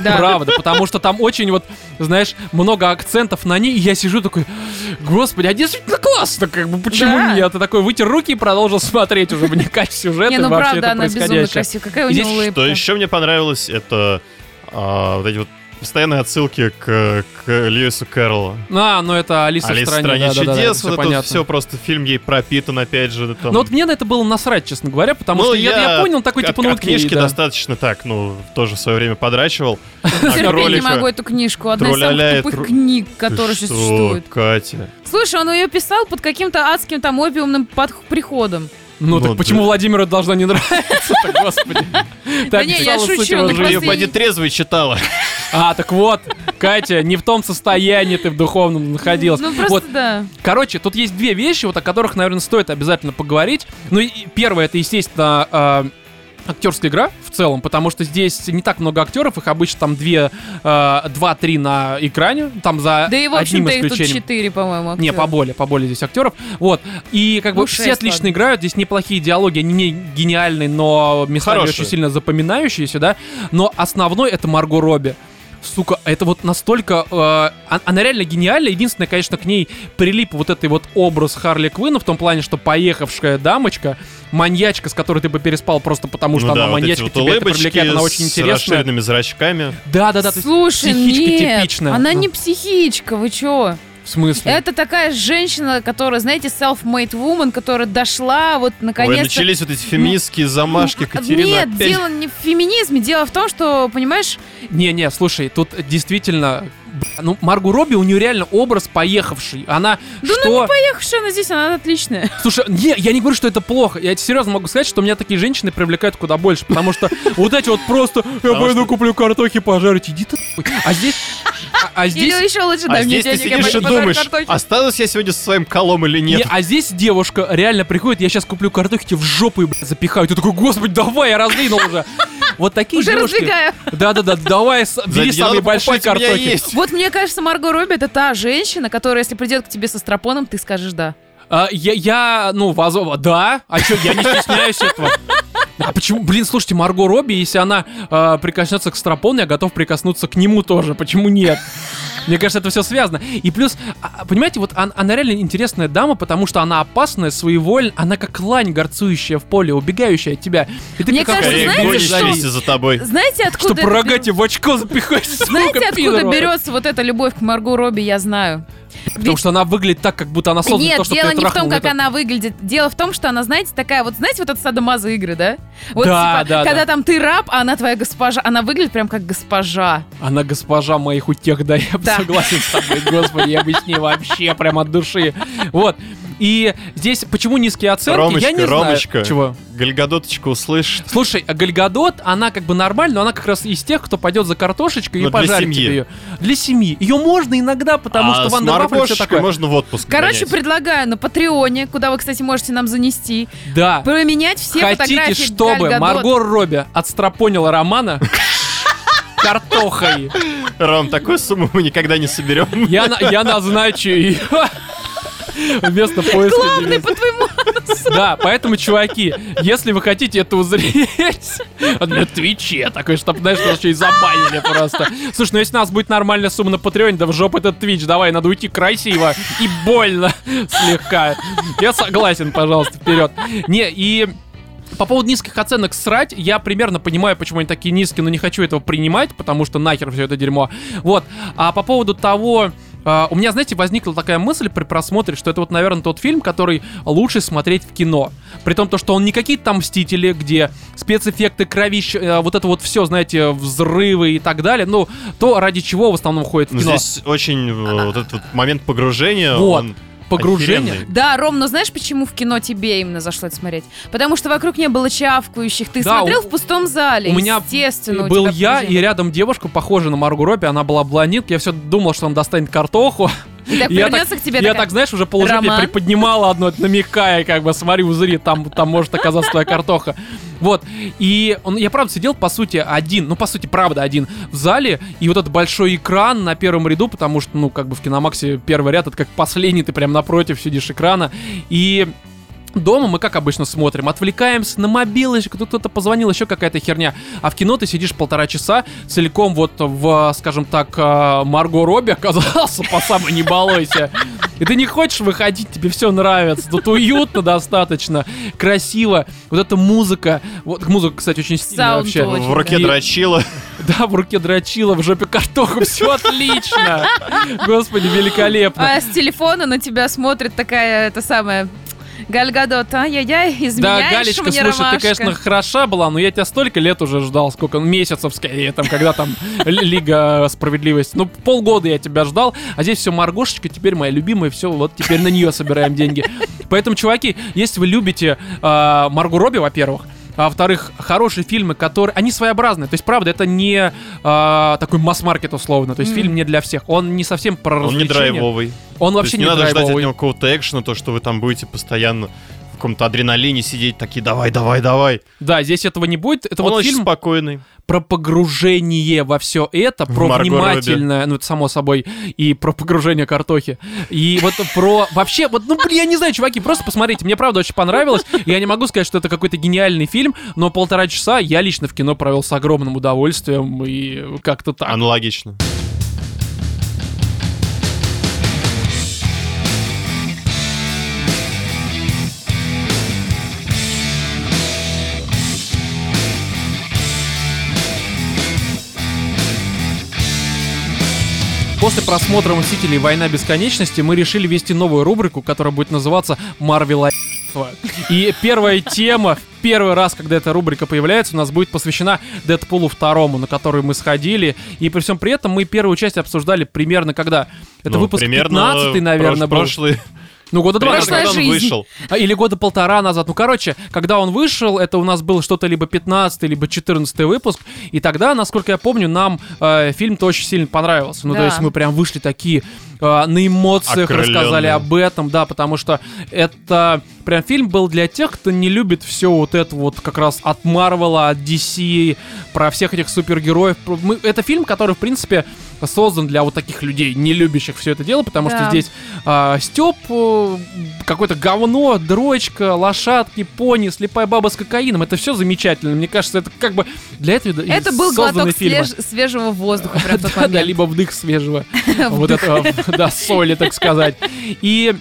Speaker 3: Да.
Speaker 1: Правда, потому что там очень вот, знаешь, много акцентов на ней, и я сижу такой, господи, а действительно классно, как бы, почему
Speaker 3: Да.
Speaker 1: нет? Ты такой вытер руки и продолжил смотреть уже, вникать в сюжет
Speaker 3: Не,
Speaker 1: и
Speaker 3: ну
Speaker 1: во все
Speaker 3: правда,
Speaker 1: это
Speaker 3: она безумно
Speaker 1: происходящее.
Speaker 3: красивая. Какая у
Speaker 1: Здесь
Speaker 3: нее улыбка.
Speaker 2: Что еще мне понравилось, это а, вот эти вот постоянные отсылки к, к Льюису Кэрролу.
Speaker 1: А, ну это Алиса,
Speaker 2: Алиса в стране
Speaker 1: стране, да-да-да,
Speaker 2: чудес,
Speaker 1: всё
Speaker 2: вот это
Speaker 1: понятно.
Speaker 2: вот все просто фильм ей пропитан, опять же. там.
Speaker 1: Ну вот мне на это было насрать, честно говоря, потому
Speaker 2: Ну,
Speaker 1: что я, я понял, такой
Speaker 2: от-
Speaker 1: типа, ну
Speaker 2: от
Speaker 1: вот
Speaker 2: книжки достаточно так, ну, тоже в свое время подрачивал. А
Speaker 3: Терпеть не
Speaker 2: кролика-
Speaker 3: могу эту книжку. Одна из
Speaker 2: Тру-ля-ля и
Speaker 3: самых тупых
Speaker 2: тру-
Speaker 3: книг,
Speaker 2: Ты
Speaker 3: которые
Speaker 2: что,
Speaker 3: сейчас существуют.
Speaker 2: Катя.
Speaker 3: Слушай, он ее писал под каким-то адским там опиумным под... приходом.
Speaker 1: Ну так
Speaker 2: Ну,
Speaker 1: почему
Speaker 2: да.
Speaker 1: Владимиру это должно не нравиться-то, господи? Так
Speaker 3: не, я
Speaker 1: писала,
Speaker 3: шучу,
Speaker 1: суть его
Speaker 3: ну,
Speaker 2: Ты
Speaker 1: жизни.
Speaker 2: же ее
Speaker 3: Просто
Speaker 2: поди
Speaker 3: и-
Speaker 2: трезвой читала.
Speaker 1: А, так вот, Катя, не в том состоянии ты в духовном находилась.
Speaker 3: Ну просто
Speaker 1: Вот,
Speaker 3: да.
Speaker 1: короче, тут есть две вещи, вот о которых, наверное, стоит обязательно поговорить. Ну, и первое, это, естественно, э, актерская игра в целом, потому что здесь не так много актеров, их обычно там две, э, два-три на экране, там за
Speaker 3: Да и, в
Speaker 1: а, одним
Speaker 3: общем-то, их тут
Speaker 1: исключением.
Speaker 3: четыре, по-моему,
Speaker 1: Не,
Speaker 3: актера.
Speaker 1: поболее, поболее здесь актеров. Вот. И как
Speaker 3: Ну,
Speaker 1: бы
Speaker 3: шесть,
Speaker 1: все отлично
Speaker 3: ладно.
Speaker 1: играют. Здесь неплохие диалоги, они не гениальные, но местами
Speaker 2: Хорошие.
Speaker 1: очень сильно запоминающиеся, да. Но основной это Марго Робби. Сука, это вот настолько... э, он- она реально гениальна. Единственное, конечно, к ней прилип вот этот вот образ Харли Квинна в том плане, что поехавшая дамочка, маньячка, с которой ты бы переспал просто потому, что
Speaker 2: Ну да,
Speaker 1: она
Speaker 2: вот эти
Speaker 1: маньячка,
Speaker 2: вот
Speaker 1: тебя это
Speaker 2: улыбочки
Speaker 1: привлекает, она очень
Speaker 2: с
Speaker 1: интересная.
Speaker 2: расширенными зрачками.
Speaker 1: Да-да-да, то есть
Speaker 3: Слушай,
Speaker 1: психичка
Speaker 3: нет,
Speaker 1: типичная.
Speaker 3: она
Speaker 1: Ну,
Speaker 3: не психичка, вы чё?
Speaker 1: В смысле?
Speaker 3: Это такая женщина, которая, знаете, self-made woman, которая дошла вот
Speaker 2: Ой,
Speaker 3: наконец-то...
Speaker 2: начались вот эти феминистские замашки, Катерина.
Speaker 3: ну, Нет,
Speaker 2: опять.
Speaker 3: дело не в феминизме, дело в том, что, понимаешь,
Speaker 1: Не-не, слушай, тут действительно... б- Ну, Маргу Робби, у нее реально образ поехавший. Она
Speaker 3: Да ну,
Speaker 1: что...
Speaker 3: эх, что она здесь, она отличная.
Speaker 1: Слушай, не, я не говорю, что это плохо. Я серьезно могу сказать, что меня такие женщины привлекают куда больше. Потому что вот эти вот просто... Я
Speaker 2: Потому
Speaker 1: пойду куплю картохи пожарить. Иди ты нахуй». А здесь... а- А здесь...
Speaker 3: Или еще лучше,
Speaker 2: А
Speaker 3: дай мне
Speaker 2: здесь ты
Speaker 3: денег, я
Speaker 2: сидишь и
Speaker 3: пойду подарю
Speaker 2: думаешь,
Speaker 3: картофель.
Speaker 1: а
Speaker 2: останусь я сегодня со своим колом или
Speaker 1: Не,
Speaker 2: нет.
Speaker 1: а здесь девушка реально приходит, я сейчас куплю картохи, тебе в жопу и, блядь, запихаю. Ты такой, господи, давай, я раздвинул уже. Вот такие
Speaker 3: Уже
Speaker 1: девушки.
Speaker 3: раздвигаю.
Speaker 1: Да-да-да, давай, с- бери
Speaker 2: Зайди, надо
Speaker 1: самые большие
Speaker 2: покупать, у меня
Speaker 1: картохи.
Speaker 2: есть.
Speaker 3: Вот мне кажется, Марго Робби это та женщина, которая, если придет к тебе со стропоном, ты скажешь да.
Speaker 1: А, я, я, ну, Вазова, да. А что, я не стесняюсь этого. А почему, блин, слушайте, Марго Робби, если она э, прикоснется к стропону, я готов прикоснуться к нему тоже. Почему нет? Мне кажется, это все связано. И плюс, а, понимаете, вот он- она реально интересная дама, потому что она опасная, своевольная, она как лань, горцующая в поле, убегающая от тебя. И ты
Speaker 3: Мне
Speaker 1: как охотник
Speaker 3: кажется,
Speaker 2: Скорее
Speaker 3: знаете,
Speaker 1: гонишь
Speaker 2: гонишь
Speaker 1: за
Speaker 3: что?
Speaker 1: ней,
Speaker 2: вместе за тобой.
Speaker 3: Знаете, откуда
Speaker 1: Чтобы
Speaker 3: это
Speaker 1: рога
Speaker 3: берется?
Speaker 1: тебе в очко запихать, сука,
Speaker 3: Знаете, откуда
Speaker 1: пидорова.
Speaker 3: берется вот эта любовь к Марго Робби, я знаю.
Speaker 1: Потому что она выглядит так, как будто она создана
Speaker 3: Нет,
Speaker 1: для того, чтобы
Speaker 3: дело
Speaker 1: ты
Speaker 3: не в том,
Speaker 1: трахнул.
Speaker 3: как
Speaker 1: Это-
Speaker 3: она выглядит. Дело в том, что она, знаете, такая вот, знаете, вот эта садомаза игры, да? Вот
Speaker 1: Да,
Speaker 3: типа,
Speaker 1: да,
Speaker 3: когда
Speaker 1: да.
Speaker 3: там ты раб, а она твоя госпожа. Она выглядит прям как госпожа.
Speaker 1: Она госпожа моих утех, да, я бы
Speaker 3: Да.
Speaker 1: согласен с тобой, господи, я бы с ней вообще прям от души. Вот. И здесь почему низкие оценки, я не
Speaker 2: Ромочка,
Speaker 1: знаю.
Speaker 2: Ромочка.
Speaker 1: Чего?
Speaker 2: Гальгадоточка услышит.
Speaker 1: Слушай, а Гальгадот, она как бы нормальная, но она как раз из тех, кто пойдет за картошечкой и
Speaker 2: Ну, для
Speaker 1: пожарит
Speaker 2: семьи.
Speaker 1: тебе ее. Для семьи. Ее можно иногда, потому
Speaker 2: А
Speaker 1: что
Speaker 2: с
Speaker 1: Ван Дер Вафль всё
Speaker 2: моркошечкой
Speaker 1: такое.
Speaker 2: можно в отпуск
Speaker 3: Короче,
Speaker 2: гонять.
Speaker 3: предлагаю на Патреоне, куда вы, кстати, можете нам занести,
Speaker 1: Да.
Speaker 3: променять все
Speaker 1: Хотите,
Speaker 3: фотографии Галь
Speaker 1: чтобы
Speaker 3: Гадот.
Speaker 1: Марго Робби отстропонила Романа картохой?
Speaker 2: Ром, такую сумму мы никогда не соберем.
Speaker 1: Я, на- я назначу ее вместо поиска
Speaker 3: Главный
Speaker 1: невесты.
Speaker 3: по твоему
Speaker 1: Да, поэтому, чуваки, если вы хотите это узреть, вот на Твиче такой, чтобы, знаешь, нас еще и забанили просто. Слушай, ну если у нас будет нормальная сумма на Патреоне, да в жопу этот Твич, давай, надо уйти красиво и больно слегка. Я согласен, пожалуйста, вперед. Не, и по поводу низких оценок срать, я примерно понимаю, почему они такие низкие, но не хочу этого принимать, потому что нахер все это дерьмо. Вот. А по поводу того, э, у меня, знаете, возникла такая мысль при просмотре, что это вот, наверное, тот фильм, который лучше смотреть в кино. При том, то, что он не какие-то там «Мстители», где спецэффекты, кровища, э, вот это вот все, знаете, взрывы и так далее, ну, то, ради чего в основном входит в
Speaker 2: Ну,
Speaker 1: кино.
Speaker 2: Здесь очень э, вот этот вот момент погружения.
Speaker 1: Вот.
Speaker 2: он
Speaker 1: Погружение.
Speaker 2: охеренный.
Speaker 3: Да, Ром, но знаешь, почему в кино тебе именно зашло это смотреть? Потому что вокруг не было чавкающих. Ты
Speaker 1: Да,
Speaker 3: смотрел
Speaker 1: у-
Speaker 3: в пустом зале.
Speaker 1: у меня
Speaker 3: естественно, у
Speaker 1: был
Speaker 3: тебя
Speaker 1: я, и
Speaker 3: погружение.
Speaker 1: рядом девушка, похожая на Маргу Робби, она была блондинка, я все думал, что он достанет картоху,
Speaker 3: И так
Speaker 1: я
Speaker 3: повернется к тебе
Speaker 1: Я
Speaker 3: такая,
Speaker 1: так, знаешь, уже положение
Speaker 3: «Роман?»
Speaker 1: приподнимала одно, намекая, как бы, смотри, узри, там, там может оказаться твоя картоха. Вот, и он, я правда сидел, по сути, один, ну, по сути, правда, один в зале, и вот этот большой экран на первом ряду, потому что, ну, как бы в Киномаксе первый ряд, это как последний, ты прям напротив сидишь экрана, и Дома мы, как обычно, смотрим, отвлекаемся на мобилочку, тут кто-то позвонил, еще какая-то херня. А в кино ты сидишь полтора часа, целиком вот в, скажем так, э, Марго Робби оказался, по самой не балуйся. И ты не хочешь выходить, тебе все нравится. Тут уютно достаточно, красиво. Вот эта музыка. Вот музыка, кстати, очень стильная
Speaker 3: Саунд
Speaker 1: вообще.
Speaker 3: очень,
Speaker 2: В руке
Speaker 1: И-
Speaker 2: дрочила.
Speaker 1: Да, в руке дрочила, в жопе картоху. Все отлично. Господи, великолепно.
Speaker 3: А с телефона на тебя смотрит такая, это самая... Гальгадот, ай-яй-яй,
Speaker 1: Да,
Speaker 3: изменяешь
Speaker 1: Галечка,
Speaker 3: мне,
Speaker 1: слушай, ты,
Speaker 3: Ромашка».
Speaker 1: конечно, хороша была, но я тебя столько лет уже ждал, сколько месяцев скорее, там, когда там Ли- Лига Справедливости. Ну, полгода я тебя ждал, а здесь все Маргошечка, теперь моя любимая, все, вот теперь на нее собираем деньги. Поэтому, чуваки, если вы любите э, Маргу Робби, во-первых, а во-вторых, хорошие фильмы, которые... Они своеобразные. То есть, правда, это не э, такой масс-маркет условно. То есть,
Speaker 3: Мгм.
Speaker 1: фильм не для всех. Он не совсем про
Speaker 2: Он не
Speaker 1: развлечение.
Speaker 2: драйвовый.
Speaker 1: Он
Speaker 2: То есть
Speaker 1: вообще
Speaker 2: не
Speaker 1: не
Speaker 2: надо ждать от
Speaker 1: драйвовый.
Speaker 2: него какого-то экшена, то, что вы там будете постоянно в каком-то адреналине сидеть, такие давай, давай, давай.
Speaker 1: Да, здесь этого не будет. Это
Speaker 2: Он
Speaker 1: вот
Speaker 2: очень
Speaker 1: фильм...
Speaker 2: спокойный.
Speaker 1: про погружение во все это, про
Speaker 2: Марго
Speaker 1: внимательное, ну это само собой, и про погружение картохи, и вот про вообще, вот, ну блин, я не знаю, чуваки, просто посмотрите, мне правда очень понравилось, я не могу сказать, что это какой-то гениальный фильм, но полтора часа я лично в кино провел с огромным удовольствием и как-то так.
Speaker 2: Аналогично.
Speaker 1: После просмотра «Мстителей. Война бесконечности» мы решили вести новую рубрику, которая будет называться «Марвела И первая тема, в первый раз, когда эта рубрика появляется, у нас будет посвящена Дэдпулу второму, на который мы сходили. И при всем при этом мы первую часть обсуждали примерно когда? Это
Speaker 2: Ну,
Speaker 1: выпуск
Speaker 2: примерно
Speaker 1: 15 наверное,
Speaker 2: прош-
Speaker 1: был.
Speaker 2: прошлый.
Speaker 1: Ну, года два
Speaker 2: примерно,
Speaker 1: назад.
Speaker 3: Прошлая
Speaker 2: когда он
Speaker 3: жизнь.
Speaker 2: вышел.
Speaker 1: А, Или года полтора назад. Ну, короче, когда он вышел, это у нас был что-то либо 15 либо 14 выпуск. И тогда, насколько я помню, нам э, фильм-то очень сильно понравился. Ну, то
Speaker 3: Да.
Speaker 1: есть мы прям вышли такие э, на эмоциях,
Speaker 2: Окрылённые.
Speaker 1: рассказали об этом, да, потому что это прям фильм был для тех, кто не любит все вот это вот как раз от Марвела, от DC, про всех этих супергероев. Про- мы- это фильм, который, в принципе, создан для вот таких людей, не любящих все это дело, потому что
Speaker 3: Да.
Speaker 1: здесь Степ, какое-то говно, дрочка, лошадки, пони, слепая баба с кокаином. Это все замечательно. Мне кажется, это как бы для этого и
Speaker 3: Это был
Speaker 1: созданы
Speaker 3: глоток
Speaker 1: фильмы.
Speaker 3: свеж- свежего воздуха прям в тот
Speaker 1: Да, да,
Speaker 3: момент.
Speaker 1: либо вдых свежего. Вот этого, да, соли, так сказать. И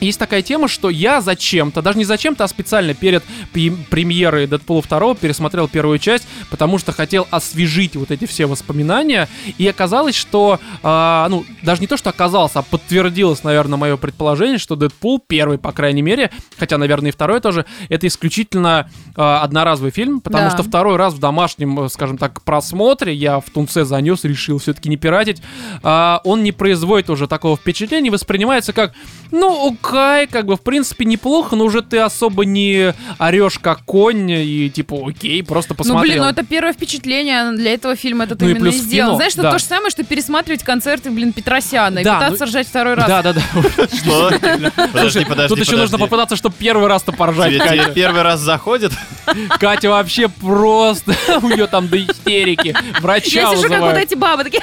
Speaker 1: есть такая тема, что я зачем-то, даже не зачем-то, а специально перед пи- премьерой Дэдпула 2 пересмотрел первую часть, потому что хотел освежить вот эти все воспоминания. И оказалось, что, а, ну, даже не то, что оказалось, а подтвердилось, наверное, мое предположение, что Дэдпул первый, по крайней мере, хотя, наверное, и второй тоже, это исключительно а, одноразовый фильм, потому
Speaker 3: Да.
Speaker 1: что второй раз в домашнем, э, скажем так, просмотре я в Тунце занес, решил все-таки не пиратить, а, он не производит уже такого впечатления, воспринимается как, ну, окей, как бы, в принципе, неплохо, но уже ты особо не орешь как конь и типа, окей, просто
Speaker 3: Ну, блин,
Speaker 1: посмотрел.
Speaker 3: ну это первое впечатление для этого фильма, это ты
Speaker 1: Ну и
Speaker 3: именно
Speaker 1: плюс в
Speaker 3: сделал.
Speaker 1: кино,
Speaker 3: Знаешь, это
Speaker 1: да.
Speaker 3: то же самое, что пересматривать концерты, блин, Петросяна
Speaker 1: Да, ну,
Speaker 3: и пытаться ржать второй раз.
Speaker 1: Да, да, да.
Speaker 2: Что? Подожди, подожди,
Speaker 1: Тут еще нужно
Speaker 2: подожди.
Speaker 1: попытаться, чтобы первый раз-то поржать.
Speaker 2: Тебе-
Speaker 1: Катя.
Speaker 2: тебе первый раз заходит,
Speaker 1: Катя вообще просто у нее там до истерики. Врача
Speaker 3: Я сижу, как
Speaker 1: вызывают.
Speaker 3: вот эти бабы, такие,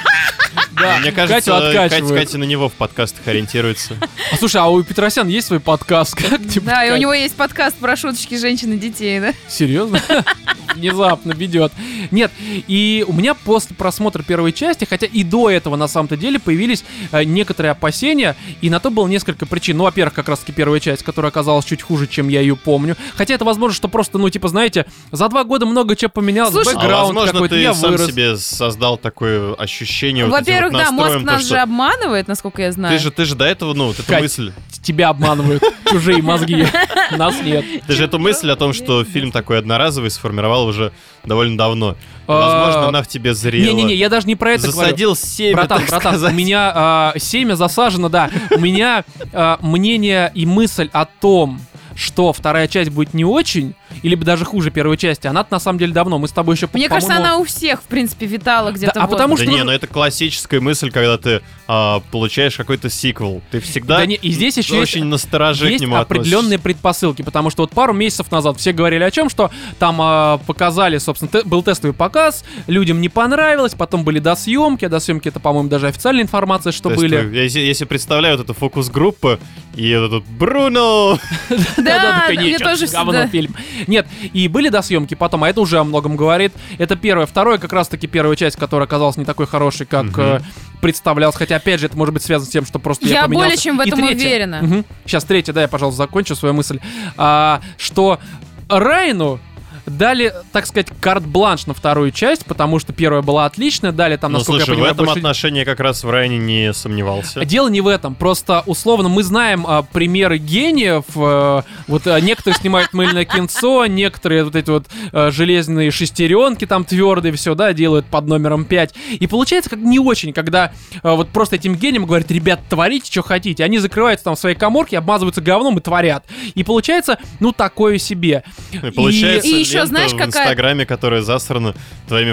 Speaker 1: Да,
Speaker 2: Мне
Speaker 1: Катю
Speaker 2: кажется, Катя,
Speaker 1: откачивают.
Speaker 2: Катя на него в подкастах ориентируется.
Speaker 1: А слушай, а у Петросян есть свой подкаст? Как типа?
Speaker 3: Да, и у
Speaker 1: Кать?
Speaker 3: него есть подкаст про шуточки женщин и детей, да?
Speaker 1: Серьезно? Внезапно ведет. Нет, и у меня после просмотра первой части, хотя и до этого на самом-то деле появились э, некоторые опасения, и на то было несколько причин. Ну, во-первых, как раз-таки первая часть, которая оказалась чуть хуже, чем я ее помню. Хотя это возможно, что просто, ну, типа, знаете, за два года много чего поменялось,
Speaker 3: Слушай,
Speaker 2: А
Speaker 1: бэкграунд
Speaker 2: возможно,
Speaker 1: какой-то,
Speaker 2: ты
Speaker 1: я
Speaker 2: сам
Speaker 1: вырос.
Speaker 2: себе создал такое ощущение. вот этим
Speaker 3: Во-первых,
Speaker 2: вот
Speaker 3: да, мозг
Speaker 2: настроем, то,
Speaker 3: нас
Speaker 2: что
Speaker 3: же обманывает, насколько я знаю.
Speaker 2: Ты же, ты же до этого, ну, вот эту
Speaker 1: Кать,
Speaker 2: мысль,
Speaker 1: Тебя обманывают чужие мозги, нас нет.
Speaker 2: ты же эту мысль о том, что фильм такой одноразовый сформировал уже довольно давно.
Speaker 1: А,
Speaker 2: Возможно, она в тебе зрела.
Speaker 1: Не-не-не, я даже не про это говорю.
Speaker 2: Засадил семя,
Speaker 1: Братан,
Speaker 2: так
Speaker 1: братан,
Speaker 2: сказать.
Speaker 1: у меня а, семя засажено, да. У меня а, мнение и мысль о том, что вторая часть будет не очень, или бы даже хуже первой части, она на самом деле давно. Мы с тобой еще,
Speaker 3: Мне кажется, она у всех, в принципе, витала где-то.
Speaker 1: а
Speaker 3: в
Speaker 1: потому
Speaker 2: Да
Speaker 1: что-
Speaker 2: не, ну это классическая мысль, когда ты а, получаешь какой-то сиквел. Ты всегда
Speaker 1: Да не, и здесь еще есть-
Speaker 2: очень настороже к
Speaker 1: есть
Speaker 2: нему
Speaker 1: определенные предпосылки, потому что вот пару месяцев назад все говорили о чем, что там а, показали, собственно, те- был тестовый показ, людям не понравилось, потом были досъемки, а досъемки это, по-моему, даже официальная информация, что
Speaker 2: относишься. То есть
Speaker 1: были.
Speaker 2: ты- я, се- я себе представляю вот эту фокус-группу и вот этот Бруно.
Speaker 3: Да,
Speaker 1: такой,
Speaker 3: мне
Speaker 1: «Не, чё,
Speaker 3: тоже
Speaker 1: говно
Speaker 3: всегда.
Speaker 1: фильм. Нет, и были досъемки потом, а это уже о многом говорит. Это первое. Второе, как раз-таки первая часть, которая оказалась не такой хорошей, как
Speaker 2: Мгм.
Speaker 1: э, представлялась. Хотя, опять же, это может быть связано с тем, что просто я,
Speaker 3: Я
Speaker 1: поменялся.
Speaker 3: более чем в
Speaker 1: И
Speaker 3: этом
Speaker 1: третье.
Speaker 3: уверена.
Speaker 1: Мгм. Сейчас третье, да, я, пожалуйста, закончу свою мысль. А, что Райну дали, так сказать, карт-бланш на вторую часть, потому что первая была отличная, дали там,
Speaker 2: Ну
Speaker 1: насколько
Speaker 2: слушай,
Speaker 1: я понимаю,
Speaker 2: в этом
Speaker 1: больше-
Speaker 2: отношении как раз в Райане не сомневался.
Speaker 1: Дело не в этом. Просто, условно, мы знаем а, примеры гениев. э, вот а, некоторые снимают мыльное кинцо, некоторые вот эти вот э, железные шестеренки там твердые, все, да, делают под номером 5. И получается как не очень, когда э, вот просто этим гением говорят, ребят, творите, что хотите. Они закрываются там в своей коморке, обмазываются говном и творят. И получается, ну, такое себе.
Speaker 2: Ну, И получается,
Speaker 3: И еще
Speaker 2: лента
Speaker 3: знаешь,
Speaker 2: в
Speaker 3: какая-
Speaker 2: Инстаграме, которая засрана твоими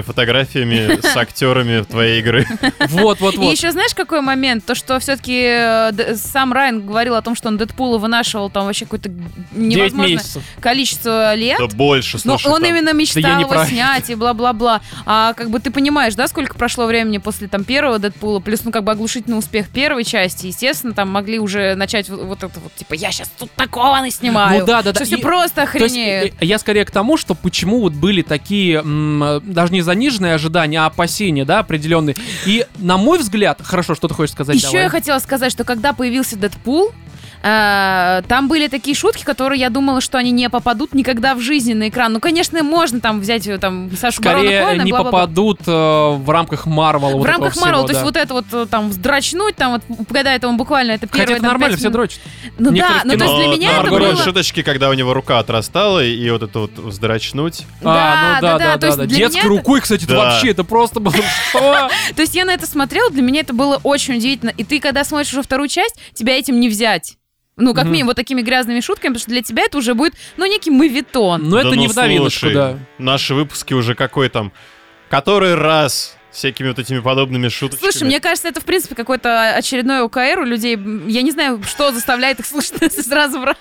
Speaker 2: фотографиями с актерами твоей игры.
Speaker 1: Вот, вот,
Speaker 3: И
Speaker 1: вот.
Speaker 3: еще знаешь, какой момент? То, что все-таки сам Райан говорил о том, что он Дэдпула вынашивал там вообще какое-то
Speaker 1: Девять
Speaker 3: невозможное
Speaker 1: месяцев.
Speaker 3: количество лет.
Speaker 2: Да больше,
Speaker 3: Но
Speaker 2: слушай.
Speaker 3: Ну, он
Speaker 2: там.
Speaker 3: именно мечтал
Speaker 1: Да я не
Speaker 3: его
Speaker 1: про это.
Speaker 3: снять и бла-бла-бла. А как бы ты понимаешь, да, сколько прошло времени после там первого Дэдпула, плюс ну как бы оглушительный успех первой части, естественно, там могли уже начать вот- вот это вот, типа, я сейчас тут такого наснимаю.
Speaker 1: Ну да, да, да.
Speaker 3: Что все
Speaker 1: И-
Speaker 3: просто
Speaker 1: То есть,
Speaker 3: охренеют.
Speaker 1: э, я скорее к тому, что почему вот были такие, м, э, даже не заниженные ожидания, а опасения, да, определенные. И, на мой взгляд, хорошо, что ты хочешь сказать,
Speaker 3: Еще
Speaker 1: э, давай.
Speaker 3: я хотела сказать, что когда появился Дэдпул, э, там были такие шутки, которые я думала, что они не попадут никогда в жизни на экран. Ну, конечно, можно там взять э, там Сашу Барона
Speaker 1: Скорее
Speaker 3: Коэна,
Speaker 1: не
Speaker 3: бла-бла-бла.
Speaker 1: попадут э, в рамках Марвела.
Speaker 3: в
Speaker 1: вот этого
Speaker 3: рамках
Speaker 1: всего,
Speaker 3: Марвел, то
Speaker 1: да.
Speaker 3: есть вот это вот э, там вздрачнуть, там вот, когда это он буквально, это первое...
Speaker 1: Хотя это
Speaker 3: там,
Speaker 1: нормально,
Speaker 3: пять
Speaker 1: все
Speaker 3: минут.
Speaker 1: дрочат.
Speaker 3: Ну
Speaker 1: Некоторых
Speaker 3: да, ну то есть
Speaker 1: кино.
Speaker 3: для
Speaker 2: Но
Speaker 3: меня
Speaker 1: на
Speaker 3: это
Speaker 1: Марго
Speaker 2: Марго
Speaker 1: Робби
Speaker 3: было...
Speaker 2: Робби шуточки, когда у него рука отрастала, и вот это вот вздрачнуть.
Speaker 1: А, ну да, да,
Speaker 3: то
Speaker 1: да,
Speaker 3: есть
Speaker 1: да.
Speaker 3: для
Speaker 1: Детской
Speaker 3: меня
Speaker 1: рукой, кстати, это
Speaker 2: Да.
Speaker 1: вообще, это просто было что?
Speaker 3: это- То есть я на это смотрела, для меня это было очень удивительно. И ты, когда смотришь уже вторую часть, тебя этим не взять. Ну, как
Speaker 1: Мгм.
Speaker 3: минимум, вот такими грязными шутками, потому что для тебя это уже будет, ну, некий мавитон.
Speaker 1: Но
Speaker 2: Да
Speaker 1: это не
Speaker 2: ну,
Speaker 1: в новиночку,
Speaker 2: слушай,
Speaker 1: да.
Speaker 2: Наши выпуски уже какой там, который раз всякими вот этими подобными шуточками.
Speaker 3: Слушай, мне кажется, это, в принципе, какой-то очередной ОКР у людей. М, Я не знаю, что заставляет их слушать нас сразу в раз.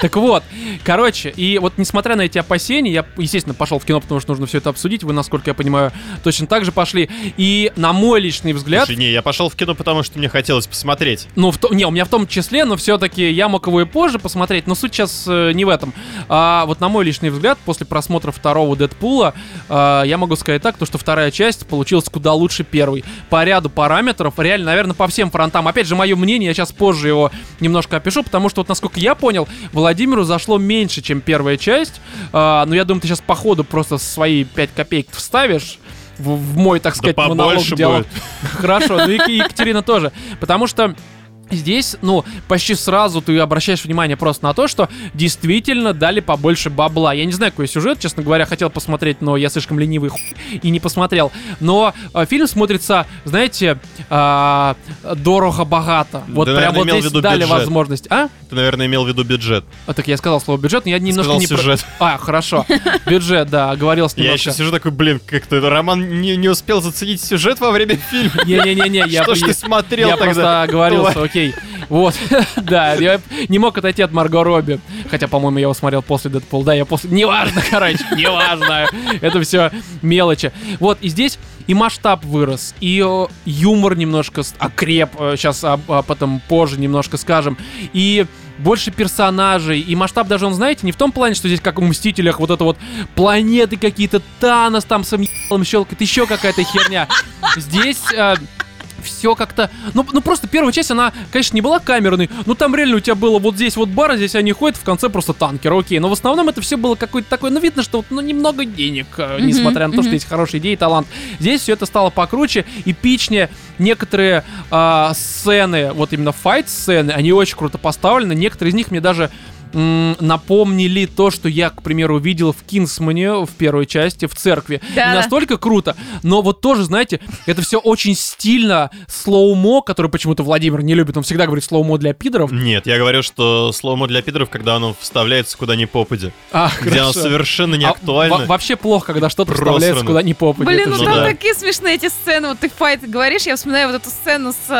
Speaker 1: Так вот, короче, и вот несмотря на эти опасения, я, естественно, пошел в кино, потому что нужно все это обсудить. Вы, насколько я понимаю, точно так же пошли. И на мой личный взгляд,
Speaker 2: Слушай, не, я пошел в кино, потому что мне хотелось посмотреть.
Speaker 1: Ну, в том- не, у меня в том числе, но все-таки я мог его и позже посмотреть, но суть сейчас э, не в этом. А, вот на мой личный взгляд, после просмотра второго Дэдпула, а, я могу сказать так, то, что вторая часть получилась куда лучше первой. По ряду параметров, реально, наверное, по всем фронтам. Опять же, мое мнение, я сейчас позже его немножко опишу, потому что, вот насколько я понял, Владимиру зашло меньше, чем первая часть. А, но я думаю, ты сейчас по ходу просто свои 5 копеек вставишь в, в мой, так сказать,
Speaker 2: да
Speaker 1: монолог,
Speaker 2: побольше
Speaker 1: диалог.
Speaker 2: будет.
Speaker 1: Хорошо, ну и Ки- Екатерина тоже. Потому что Здесь, ну, почти сразу ты обращаешь внимание просто на то, что действительно дали побольше бабла. Я не знаю, какой сюжет, честно говоря, хотел посмотреть, но я слишком ленивый хуй и не посмотрел. Но э, фильм смотрится, знаете, а, дорого-богато. Вот
Speaker 2: Да,
Speaker 1: прям
Speaker 2: наверное,
Speaker 1: вот
Speaker 2: имел в
Speaker 1: здесь
Speaker 2: виду
Speaker 1: дали
Speaker 2: бюджет.
Speaker 1: возможность. А?
Speaker 2: Ты, наверное, имел в виду бюджет.
Speaker 1: а? Так я сказал слово бюджет, но я немножко
Speaker 2: Сказал
Speaker 1: не... про-
Speaker 2: сюжет.
Speaker 1: А, хорошо. Бюджет, да, оговорился
Speaker 2: Я
Speaker 1: немножко.
Speaker 2: еще сижу такой, блин, как-то Роман не, не успел заценить сюжет во время фильма.
Speaker 1: Не-не-не-не, я...
Speaker 2: Что ж
Speaker 1: бы-
Speaker 2: ты смотрел
Speaker 1: я просто
Speaker 2: тогда?
Speaker 1: оговорился, окей. Вот, да, я не мог отойти от Марго Робби. Хотя, по-моему, я его смотрел после Дэдпул. Да, я после... Неважно, короче, неважно. Это все мелочи. Вот, и здесь... И и масштаб вырос, и э, юмор немножко с- окреп, сейчас об об этом позже немножко скажем, и больше персонажей, и масштаб даже он, знаете, не в том плане, что здесь как в Мстителях вот это вот планеты какие-то, Танос там с ебалом щелкает, еще какая-то херня. Здесь... все как-то... Ну, ну, просто первая часть, она, конечно, не была камерной, но там реально у тебя было вот здесь вот бар, а здесь они ходят, в конце просто танкер, окей. Но в основном это все было какое-то такое, ну, видно, что вот, ну, немного денег, э,
Speaker 3: Мгм,
Speaker 1: несмотря на то, что
Speaker 3: мгм.
Speaker 1: есть хорошие идеи и талант. Здесь все это стало покруче, эпичнее. Некоторые а, сцены, вот именно файт-сцены, они очень круто поставлены. Некоторые из них мне даже м, напомнили то, что я, к примеру, видел в Кингсмане в первой части, в церкви.
Speaker 3: Да,
Speaker 1: Не
Speaker 3: да.
Speaker 1: настолько круто, но вот тоже, знаете, это все очень стильно. Слоумо, который почему-то Владимир не любит, он всегда говорит слоумо для пидоров.
Speaker 2: Нет, я говорю, что слоумо для пидоров, когда оно вставляется куда ни попади.
Speaker 1: А,
Speaker 2: Где оно
Speaker 1: хорошо.
Speaker 2: совершенно не
Speaker 1: А,
Speaker 2: актуально.
Speaker 1: во- вообще плохо, когда что-то
Speaker 2: Просрано.
Speaker 1: вставляется куда ни попадет.
Speaker 3: Блин, ну
Speaker 2: же
Speaker 3: там
Speaker 2: да.
Speaker 3: такие смешные эти сцены. Вот ты файт говоришь, я вспоминаю вот эту сцену с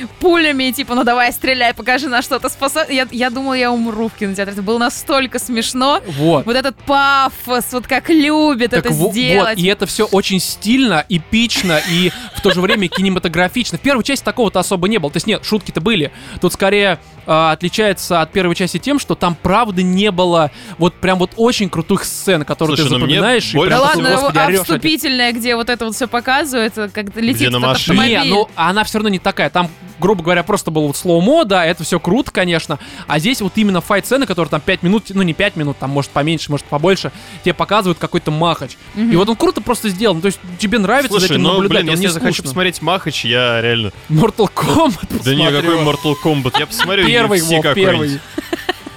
Speaker 3: э, пулями, типа, ну давай, стреляй, покажи, на что ты способен. Я, я думала, я умру в кинотеатре. Это было настолько смешно.
Speaker 1: Вот.
Speaker 3: Вот этот пафос, вот как любит
Speaker 1: Так
Speaker 3: это
Speaker 1: во- вот,
Speaker 3: сделать.
Speaker 1: и это все очень стильно, эпично и в то же время кинематографично. В первой части такого-то особо не было. То есть нет, шутки-то были. Тут скорее а, отличается от первой части тем, что там правда не было вот прям вот очень крутых сцен, которые
Speaker 2: Слушай,
Speaker 1: ты
Speaker 2: ну мне
Speaker 1: запоминаешь. и
Speaker 2: больше
Speaker 1: прям
Speaker 3: Да
Speaker 2: Просто,
Speaker 1: такой,
Speaker 3: ладно,
Speaker 1: «Господи,
Speaker 3: а
Speaker 1: орёшь от них».
Speaker 3: вступительное, где вот это вот все показывает, как
Speaker 2: Где
Speaker 3: летит
Speaker 2: на
Speaker 3: этот
Speaker 2: машине.
Speaker 3: автомобиль.
Speaker 1: Не, ну она все равно не такая. Там, грубо говоря, просто было вот слоумо, да, это все круто, конечно. А здесь вот именно файт-сцены, которые там 5 минут, ну не 5 минут, там может поменьше, может побольше, тебе показывают какой-то махач. И вот он круто просто сделан. То есть тебе нравится за
Speaker 2: Слушай,
Speaker 1: этим
Speaker 2: ну,
Speaker 1: наблюдать,
Speaker 2: блин,
Speaker 1: он
Speaker 2: если
Speaker 1: не
Speaker 2: я захочу
Speaker 1: скучно.
Speaker 2: посмотреть Махач, я реально...
Speaker 1: Mortal Kombat
Speaker 2: Да не,
Speaker 1: посмотрю.
Speaker 2: какой Mortal Kombat, я посмотрю
Speaker 1: Первый,
Speaker 2: UFC
Speaker 1: Вов,
Speaker 2: какой-нибудь.
Speaker 1: первый.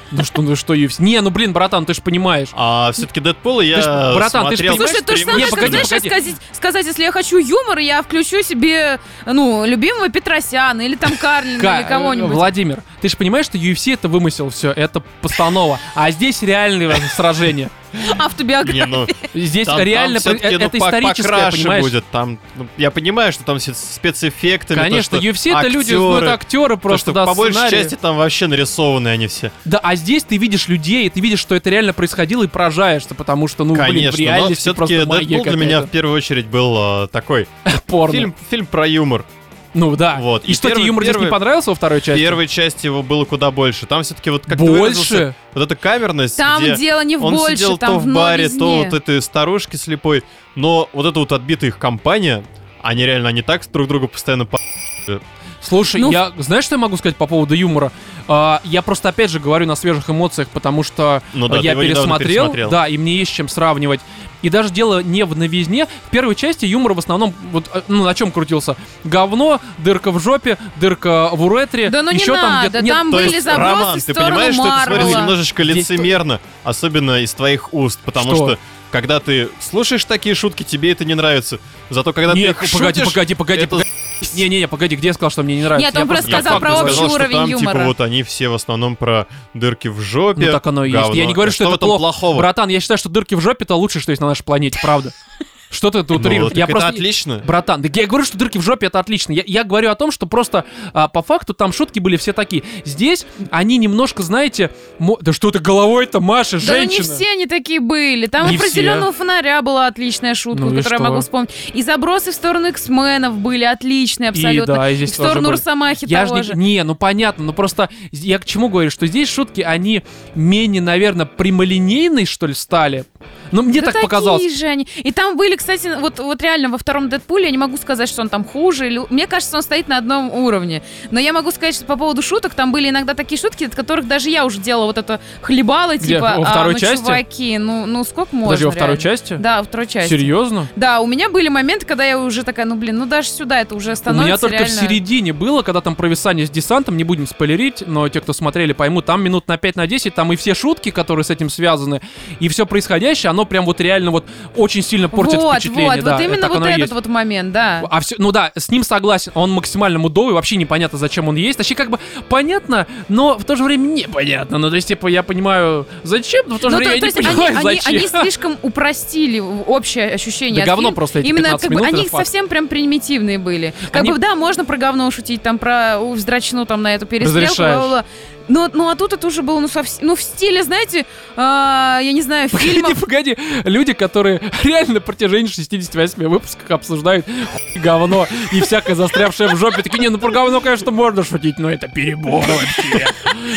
Speaker 1: Ну что, ну что UFC? Не, ну блин, братан, ты же понимаешь.
Speaker 2: А все-таки Дэдпула я
Speaker 1: Ты ж, братан, ты ж
Speaker 2: смотрел...
Speaker 1: понимаешь,
Speaker 3: Слушай, то же
Speaker 1: прям-
Speaker 3: самое,
Speaker 1: Не,
Speaker 3: что,
Speaker 1: погоди,
Speaker 3: знаешь,
Speaker 1: погоди.
Speaker 3: Сказать, сказать, если я хочу юмор, я включу себе, ну, любимого Петросяна или там Карлина
Speaker 1: Ка-
Speaker 3: Ну, или кого-нибудь.
Speaker 1: Владимир, ты же понимаешь, что UFC это вымысел все, это постанова. А здесь реальные сражения.
Speaker 2: Не,
Speaker 3: Автобиография.
Speaker 2: ну,
Speaker 1: Здесь
Speaker 2: там- там
Speaker 1: реально про-
Speaker 2: всё-таки,
Speaker 1: э-
Speaker 2: ну,
Speaker 1: это
Speaker 2: по-
Speaker 1: историческое,
Speaker 2: покраше
Speaker 1: понимаешь?
Speaker 2: будет. Там, ну, я понимаю, что там все спецэффекты,
Speaker 1: Конечно,
Speaker 2: то, что
Speaker 1: UFC это люди, ну это
Speaker 2: актеры,
Speaker 1: актеры
Speaker 2: то,
Speaker 1: просто,
Speaker 2: что
Speaker 1: да,
Speaker 2: по большей
Speaker 1: сценарии.
Speaker 2: части там вообще нарисованы они все.
Speaker 1: Да, а здесь ты видишь людей, и ты видишь, что это реально происходило, и поражаешься, потому что, ну, блин, в
Speaker 2: Конечно, но
Speaker 1: реальности
Speaker 2: все-таки
Speaker 1: просто магия
Speaker 2: Дэдпул для меня в
Speaker 1: какая-то.
Speaker 2: первую очередь был э, такой
Speaker 1: Порно.
Speaker 2: фильм, фильм про юмор.
Speaker 1: Ну да.
Speaker 2: Вот.
Speaker 1: И,
Speaker 2: И
Speaker 1: что, тебе
Speaker 2: первый-
Speaker 1: юмор здесь не
Speaker 2: первый-
Speaker 1: понравился во второй
Speaker 2: В
Speaker 1: части?
Speaker 2: первой части его было куда больше. Там все-таки вот как ты выразился,
Speaker 1: Больше?
Speaker 2: вот эта камерность,
Speaker 3: Там
Speaker 2: где
Speaker 3: дело не в
Speaker 2: он
Speaker 3: больше,
Speaker 2: сидел
Speaker 3: там
Speaker 2: то в баре,
Speaker 3: новизне.
Speaker 2: то вот этой старушки слепой. Но вот эта вот отбитая их компания, они реально, они так друг друга постоянно по...
Speaker 1: Слушай,
Speaker 3: Ну,
Speaker 1: я знаешь, что я могу сказать по поводу юмора? А, я просто опять же говорю на свежих эмоциях, потому что э,
Speaker 2: Ну да,
Speaker 1: я
Speaker 2: ты его недавно
Speaker 1: пересмотрел,
Speaker 2: пересмотрел.
Speaker 1: да, и мне есть с чем сравнивать. И даже дело не в новизне. В первой части юмор в основном вот э, ну на чем крутился? Говно, дырка в жопе, дырка в уретре,
Speaker 3: Да ну не
Speaker 1: еще там
Speaker 3: надо,
Speaker 1: где-то нет,
Speaker 3: там
Speaker 2: То
Speaker 3: были
Speaker 2: есть,
Speaker 3: забросы
Speaker 2: Роман,
Speaker 3: в
Speaker 2: ты
Speaker 3: сторону
Speaker 2: понимаешь, что это смотрится
Speaker 3: Марвела.
Speaker 2: немножечко
Speaker 1: Здесь то-
Speaker 2: лицемерно, особенно из твоих уст, потому
Speaker 1: Что?
Speaker 2: что? когда ты слушаешь такие шутки, тебе это не нравится. Зато когда
Speaker 1: Нет,
Speaker 2: ты их
Speaker 1: погоди,
Speaker 2: шутишь,
Speaker 1: погоди, погоди,
Speaker 2: это
Speaker 1: погоди. Не-не-не, погоди, где я сказал, что мне не нравится?
Speaker 3: Нет,
Speaker 1: Я
Speaker 3: он просто
Speaker 2: Я
Speaker 3: сказал
Speaker 2: факт
Speaker 3: про
Speaker 2: сказал,
Speaker 3: общий
Speaker 2: что
Speaker 3: уровень
Speaker 2: там,
Speaker 3: юмора.
Speaker 2: Типа вот они все в основном про дырки в жопе.
Speaker 1: Ну так оно и есть.
Speaker 2: говно.
Speaker 1: Я не говорю,
Speaker 2: А
Speaker 1: что,
Speaker 2: в
Speaker 1: это
Speaker 2: этом
Speaker 1: плохо.
Speaker 2: плохого.
Speaker 1: Братан, я считаю, что дырки в жопе это лучше, что есть на нашей планете, правда. Что ты тут
Speaker 2: Ну,
Speaker 1: утрируешь?
Speaker 2: так
Speaker 1: Я
Speaker 2: это
Speaker 1: просто...
Speaker 2: отлично.
Speaker 1: Братан, да я говорю, что дырки в жопе это отлично. Я, я говорю о том, что просто а, по факту там шутки были все такие. Здесь они немножко, знаете, мо- да что ты головой-то, Маша,
Speaker 3: Да ну не
Speaker 1: женщина.
Speaker 3: все они такие были. Там
Speaker 1: Не
Speaker 3: и про
Speaker 1: все.
Speaker 3: зеленого фонаря была отличная шутка,
Speaker 1: Ну и
Speaker 3: которую
Speaker 1: что?
Speaker 3: я могу вспомнить. И забросы в сторону иксменов были отличные абсолютно.
Speaker 1: да, и здесь
Speaker 3: в сторону
Speaker 1: тоже были.
Speaker 3: Росомахи
Speaker 1: Я ж
Speaker 3: того же.
Speaker 1: не, не, ну понятно, ну просто з- я к чему говорю, что здесь шутки, они менее, наверное, прямолинейные, что ли, стали. Ну, мне
Speaker 3: Да
Speaker 1: так
Speaker 3: такие
Speaker 1: показалось.
Speaker 3: же они. И там были, кстати, вот, вот реально во втором Дэдпуле я не могу сказать, что он там хуже. или- Мне кажется, он стоит на одном уровне. Но я могу сказать, что по поводу шуток, там были иногда такие шутки, от которых даже я уже делала вот это хлебало,
Speaker 1: Где?
Speaker 3: типа,
Speaker 1: Во
Speaker 3: «А,
Speaker 1: второй
Speaker 3: ну,
Speaker 1: части?
Speaker 3: чуваки, ну, ну сколько можно
Speaker 1: Подожди, во второй
Speaker 3: реально?»
Speaker 1: части?
Speaker 3: Да, во второй части.
Speaker 1: Серьезно?
Speaker 3: Да, у меня были моменты, когда я уже такая, ну блин, ну даже сюда это уже
Speaker 1: У
Speaker 3: становится
Speaker 1: меня только
Speaker 3: реально...
Speaker 1: в середине было, когда там провисание с десантом, не будем спойлерить, но те, кто смотрели, поймут, там минут на 5 на 10, там и все шутки, которые с этим связаны, и все происходящее, оно прям вот реально вот очень сильно портит
Speaker 3: вот,
Speaker 1: впечатление.
Speaker 3: вот,
Speaker 1: да,
Speaker 3: вот
Speaker 1: э,
Speaker 3: именно
Speaker 1: так
Speaker 3: вот
Speaker 1: оно и
Speaker 3: этот
Speaker 1: есть.
Speaker 3: вот момент, да.
Speaker 1: А все, ну да, с ним согласен, он максимально мудовый, вообще непонятно, зачем он есть. Вообще как бы понятно, но в то же время непонятно. Ну то есть, типа, я понимаю, зачем, но в то же
Speaker 3: Ну,
Speaker 1: время я не
Speaker 3: есть они,
Speaker 1: понимаю,
Speaker 3: они-
Speaker 1: зачем.
Speaker 3: они слишком упростили в- общее ощущение.
Speaker 1: Да
Speaker 3: от
Speaker 1: говно
Speaker 3: фильма.
Speaker 1: просто эти
Speaker 3: Именно
Speaker 1: 15
Speaker 3: как бы
Speaker 1: минут,
Speaker 3: они
Speaker 1: это факт.
Speaker 3: совсем прям примитивные были. Как
Speaker 1: Они-
Speaker 3: бы да, можно про говно шутить, там про вздрачну там на эту перестрелку.
Speaker 1: Разрешаешь.
Speaker 3: бла-бла-бла. Ну, ну а тут это уже было ну, совсем, ну в стиле, знаете, а, я не знаю,
Speaker 1: Погоди,
Speaker 3: фильмов.
Speaker 1: погоди. Люди, которые реально на протяжении 68 выпусков обсуждают хуй, говно и всякое застрявшее в жопе. Такие, не, ну про говно, конечно, можно шутить, но это перебор вообще.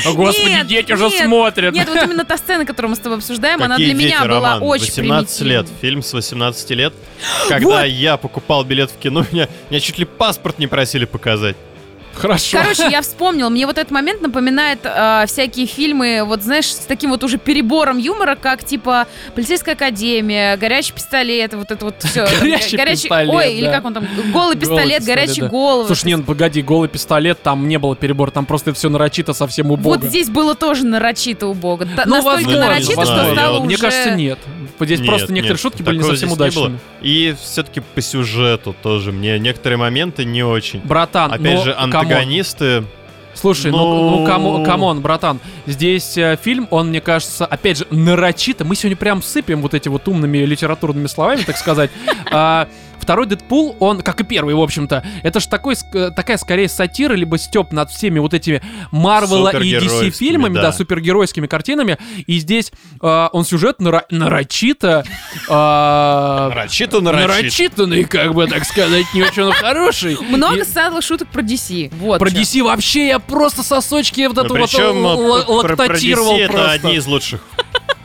Speaker 1: О, Господи,
Speaker 3: Нет,
Speaker 1: дети уже
Speaker 3: нет,
Speaker 1: смотрят.
Speaker 3: Нет, вот именно та сцена, которую мы с тобой обсуждаем, она
Speaker 2: Какие
Speaker 3: для меня
Speaker 2: дети,
Speaker 3: была
Speaker 2: Роман?
Speaker 3: очень
Speaker 2: 18 лет.
Speaker 3: примитивной.
Speaker 2: Фильм с 18 лет. Когда я покупал билет в кино, меня, меня чуть ли паспорт не просили показать.
Speaker 1: Хорошо.
Speaker 3: Короче, я вспомнил, мне вот этот момент напоминает а, всякие фильмы, вот знаешь, с таким вот уже перебором юмора, как типа «Полицейская академия», «Горящий пистолет», вот это вот все.
Speaker 1: «Горящий пистолет»,
Speaker 3: Ой, или
Speaker 1: да.
Speaker 3: как он там, «Голый пистолет»,
Speaker 1: пистолет,
Speaker 3: «Горячий
Speaker 1: да.
Speaker 3: головы».
Speaker 1: Слушай, нет, погоди, голый пистолет, там не было перебора, там просто все нарочито совсем убого.
Speaker 3: Вот здесь было тоже нарочито у Бога. Та-
Speaker 1: Ну,
Speaker 3: Настолько
Speaker 1: возможно,
Speaker 3: нарочито,
Speaker 2: возможно.
Speaker 3: что стало
Speaker 2: Я
Speaker 3: уже...
Speaker 1: Мне кажется, нет. Здесь
Speaker 2: Нет,
Speaker 1: просто некоторые
Speaker 2: нет,
Speaker 1: шутки были не
Speaker 2: такого
Speaker 1: совсем
Speaker 2: здесь не было.
Speaker 1: удачными.
Speaker 2: И все-таки по сюжету тоже мне некоторые моменты не очень.
Speaker 1: Братан,
Speaker 2: Опять
Speaker 1: ну,
Speaker 2: же,
Speaker 1: камон.
Speaker 2: антагонисты.
Speaker 1: Слушай, ну, ну
Speaker 2: Ну.
Speaker 1: камон, камон, братан, здесь э, фильм, он, мне кажется, опять же, нарочито. Мы сегодня прям сыпем вот эти вот умными литературными словами, так сказать. А, Второй Дэдпул, он, как и первый, в общем-то, это же такой, ск- э, такая скорее сатира, либо степ над всеми вот этими Марвела и DC
Speaker 2: Супергеройскими,
Speaker 1: фильмами, да.
Speaker 2: да.
Speaker 1: супергеройскими картинами. И здесь э, он сюжет наро- нарочито... э,
Speaker 2: Нарочито, нарочито.
Speaker 1: Нарочитанный, как бы так сказать, не очень он хороший.
Speaker 3: Много
Speaker 1: И-
Speaker 3: садлых шуток про DC. Вот
Speaker 1: про
Speaker 3: чё.
Speaker 1: DC вообще я просто сосочки вот это вот
Speaker 2: Причем
Speaker 1: л- л-
Speaker 2: Ну, э, про- про
Speaker 1: лактатировал
Speaker 2: DC это
Speaker 1: просто.
Speaker 2: одни из лучших.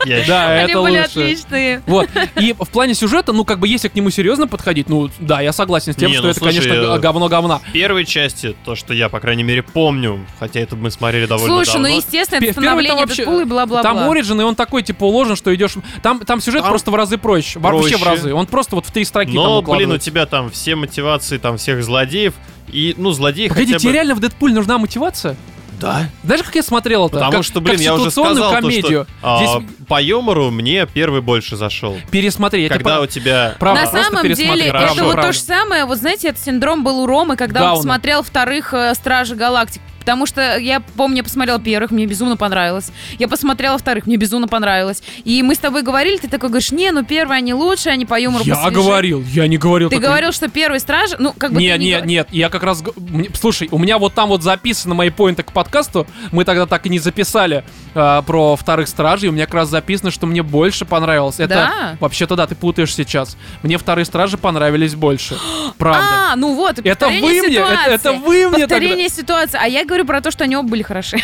Speaker 2: Я
Speaker 1: Да, э.
Speaker 3: Они
Speaker 1: это
Speaker 3: были
Speaker 1: лучше.
Speaker 3: отличные.
Speaker 1: Вот. И в плане сюжета, ну, как бы, если к нему серьезно подходить, ну, да, я согласен с тем,
Speaker 2: Не,
Speaker 1: что
Speaker 2: ну,
Speaker 1: это,
Speaker 2: слушай,
Speaker 1: конечно, г-
Speaker 2: э,
Speaker 1: говно-говна.
Speaker 2: В первой части, то, что я, по крайней мере, помню, хотя это мы смотрели довольно
Speaker 3: Слушай, ну
Speaker 2: давно.
Speaker 3: естественно,
Speaker 1: Пе-
Speaker 3: это
Speaker 1: в первой там
Speaker 3: становление
Speaker 1: вообще-
Speaker 3: Дэдпула и бла-бла-бла.
Speaker 1: Там Origin, и он такой, типа, уложен, что идешь... Там, там сюжет
Speaker 2: Там
Speaker 1: просто в разы проще. Вообще в
Speaker 2: проще.
Speaker 1: разы. Он просто вот в три строки там
Speaker 2: Но, блин, у
Speaker 1: укладывается.
Speaker 2: тебя там все мотивации там всех злодеев. И, ну, злодеи
Speaker 1: Погоди,
Speaker 2: хотя
Speaker 1: тебе
Speaker 2: бы...
Speaker 1: реально в Дэдпуль нужна мотивация?
Speaker 2: Да.
Speaker 1: Знаешь, как я смотрел это?
Speaker 2: Потому
Speaker 1: Как-
Speaker 2: что, блин,
Speaker 1: как
Speaker 2: я уже
Speaker 1: ситуационную
Speaker 2: сказал, то,
Speaker 1: комедию.
Speaker 2: что а,
Speaker 1: Здесь
Speaker 2: по юмору мне первый больше зашел.
Speaker 1: пересмотри. я типа, тебе
Speaker 2: когда
Speaker 1: про-
Speaker 2: у тебя... А,
Speaker 1: Правда,
Speaker 3: на
Speaker 1: просто
Speaker 3: самом
Speaker 1: пересмотри,
Speaker 3: деле,
Speaker 1: правда,
Speaker 3: это вот
Speaker 1: правда.
Speaker 3: то же самое, вот знаете, этот синдром был у Ромы, когда
Speaker 1: Дауна.
Speaker 3: он смотрел вторых э, «Стражи Галактик». Потому что я помню, я посмотрела первых, мне безумно понравилось. Я посмотрела вторых, мне безумно понравилось. И мы с тобой говорили, ты такой говоришь, не, ну первые они лучше, они по юмору
Speaker 1: Я
Speaker 3: посвежее».
Speaker 1: говорил, я не говорил.
Speaker 3: Ты
Speaker 1: такой-
Speaker 3: говорил, что первый «Стражи», ну как бы
Speaker 1: Не,
Speaker 3: ты не
Speaker 1: не,
Speaker 3: говор-
Speaker 1: нет, я как раз... г- мне- Слушай, у меня вот там вот записаны мои поинты к подкасту. Мы тогда так и не записали а, про вторых стражей. У меня как раз записано, что мне больше понравилось. Это
Speaker 3: Да?
Speaker 1: вообще-то да, ты путаешь сейчас. Мне вторые стражи понравились больше. Правда.
Speaker 3: А, ну вот, и
Speaker 1: Это
Speaker 3: повторение
Speaker 1: вы мне, это,
Speaker 3: ситуации.
Speaker 1: это вы мне тогда.
Speaker 3: Повторение ситуации. А я говорю про то, что они оба были хороши.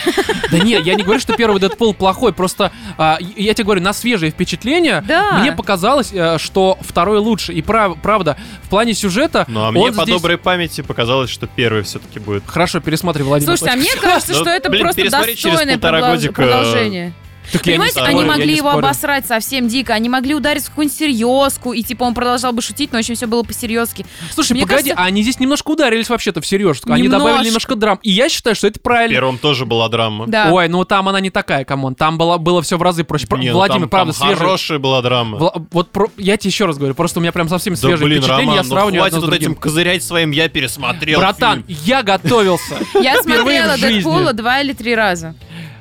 Speaker 1: Да нет, я не говорю, что первый Дэдпул плохой, просто а, и- я тебе говорю, на свежие впечатления
Speaker 3: Да.
Speaker 1: мне показалось, э, что второй лучше. И прав- правда, в плане сюжета
Speaker 2: Ну, а мне
Speaker 1: он
Speaker 2: по
Speaker 1: здесь-
Speaker 2: доброй памяти показалось, что первый все-таки будет.
Speaker 1: Хорошо, пересмотри, Владимир.
Speaker 3: Слушайте, а мне кажется,
Speaker 2: Ну,
Speaker 3: что это
Speaker 2: блин,
Speaker 3: просто
Speaker 2: пересмотреть через
Speaker 3: достойное
Speaker 2: полтора
Speaker 3: продолж-
Speaker 2: годика,
Speaker 3: продолжение.
Speaker 1: Так я не
Speaker 3: Понимаете,
Speaker 1: спорю,
Speaker 3: они
Speaker 1: я не
Speaker 3: могли его
Speaker 1: спорю.
Speaker 3: обосрать совсем дико, они могли ударить в какую-нибудь серьезку, и типа он продолжал бы шутить, но очень все было по-серьезки.
Speaker 1: Слушай,
Speaker 3: Мне
Speaker 1: погоди,
Speaker 3: кажется-
Speaker 1: а они здесь немножко ударились вообще-то в сережку. Они
Speaker 3: Немножко.
Speaker 1: добавили немножко драм. И я считаю, что это
Speaker 2: В
Speaker 1: правильно.
Speaker 2: первом тоже была драма.
Speaker 3: Да.
Speaker 1: Ой, ну там она не такая, камон. Там было, было все в разы проще. Про-
Speaker 2: Не, ну,
Speaker 1: Владимир,
Speaker 2: там-
Speaker 1: правда,
Speaker 2: там
Speaker 1: свежий.
Speaker 2: Хорошая была драма.
Speaker 1: Вла- Вот про- я тебе еще раз говорю, просто у меня прям совсем
Speaker 2: Да
Speaker 1: свежие
Speaker 2: блин,
Speaker 1: впечатления,
Speaker 2: Роман,
Speaker 1: я
Speaker 2: ну
Speaker 1: сравниваю
Speaker 2: хватит
Speaker 1: одно с
Speaker 2: вот этим
Speaker 1: другим.
Speaker 2: козырять своим, я пересмотрел
Speaker 1: Братан,
Speaker 2: фильм.
Speaker 1: я готовился.
Speaker 3: Я
Speaker 1: Впервые в
Speaker 3: смотрела
Speaker 1: жизни.
Speaker 3: Дэдпула два или три раза.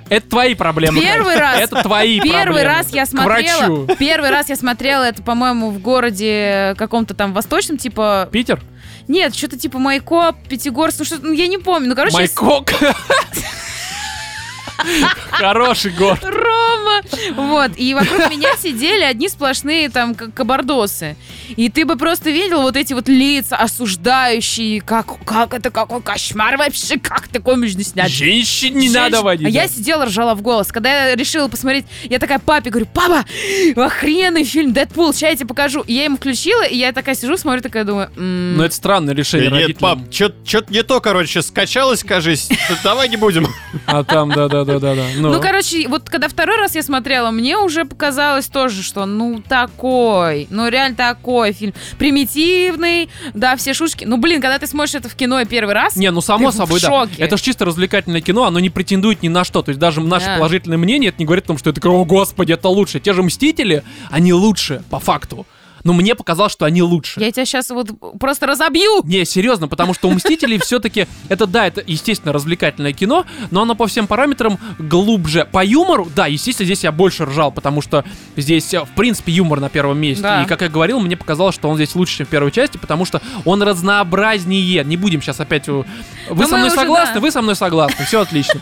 Speaker 1: Это твои проблемы.
Speaker 3: Первый раз.
Speaker 1: Это твои проблемы.
Speaker 3: Первый раз я
Speaker 1: К врачу.
Speaker 3: смотрела. Первый раз я смотрела это, по-моему, в городе каком-то там восточном, типа.
Speaker 1: Питер?
Speaker 3: Нет, что-то типа Майкоп, Пятигорск, ну что-то, ну, я не помню. Ну, короче, я с-
Speaker 1: Майкок. Хороший город.
Speaker 3: Рома! Вот, и вокруг меня сидели одни сплошные там к- кабардосы. И ты бы просто видел вот эти вот лица осуждающие, как, как это, какой кошмар вообще, как такое можно снять?
Speaker 1: Женщин не надо
Speaker 3: Женщин-
Speaker 1: водить.
Speaker 3: А я сидела, ржала в голос. Когда я решила посмотреть, я такая папе говорю, папа, охрененный фильм, Дэдпул, сейчас я тебе покажу. И я им включила, и я такая сижу, смотрю, такая думаю, «М,
Speaker 1: Ну это странное решение
Speaker 2: Э, Нет,
Speaker 1: родителям.
Speaker 2: пап, что-то не то, короче, скачалось, кажись. Давай не будем.
Speaker 1: А там, да-да-да-да-да.
Speaker 3: Ну, короче, вот когда второй раз я смотрела, мне уже показалось тоже, что ну такой, ну реально такой фильм. Примитивный, да, все шушки. Ну, блин, когда ты смотришь это в кино первый раз,
Speaker 1: Не, ну само
Speaker 3: Ты в
Speaker 1: собой, да.
Speaker 3: шоке.
Speaker 1: Это же чисто развлекательное кино, оно не претендует ни на что. То есть даже наше
Speaker 3: Да.
Speaker 1: положительное мнение, это не говорит о том, что это, такое, о господи, это лучше. Те же Мстители, они лучше, по факту. но мне показалось, что они лучше.
Speaker 3: Я тебя сейчас вот просто разобью.
Speaker 1: Не, серьезно, потому что у Мстителей все-таки это да, это естественно развлекательное кино, но оно по всем параметрам глубже. По юмору, да, естественно, здесь я больше ржал, потому что здесь э, в принципе юмор на первом месте.
Speaker 3: Да.
Speaker 1: И как я говорил, мне показалось, что он здесь лучше, чем в первой части, потому что он разнообразнее. Не будем сейчас опять. у- Вы
Speaker 3: Да
Speaker 1: со
Speaker 3: мы
Speaker 1: мной
Speaker 3: уже,
Speaker 1: согласны?
Speaker 3: да.
Speaker 1: Вы со мной согласны? Все отлично.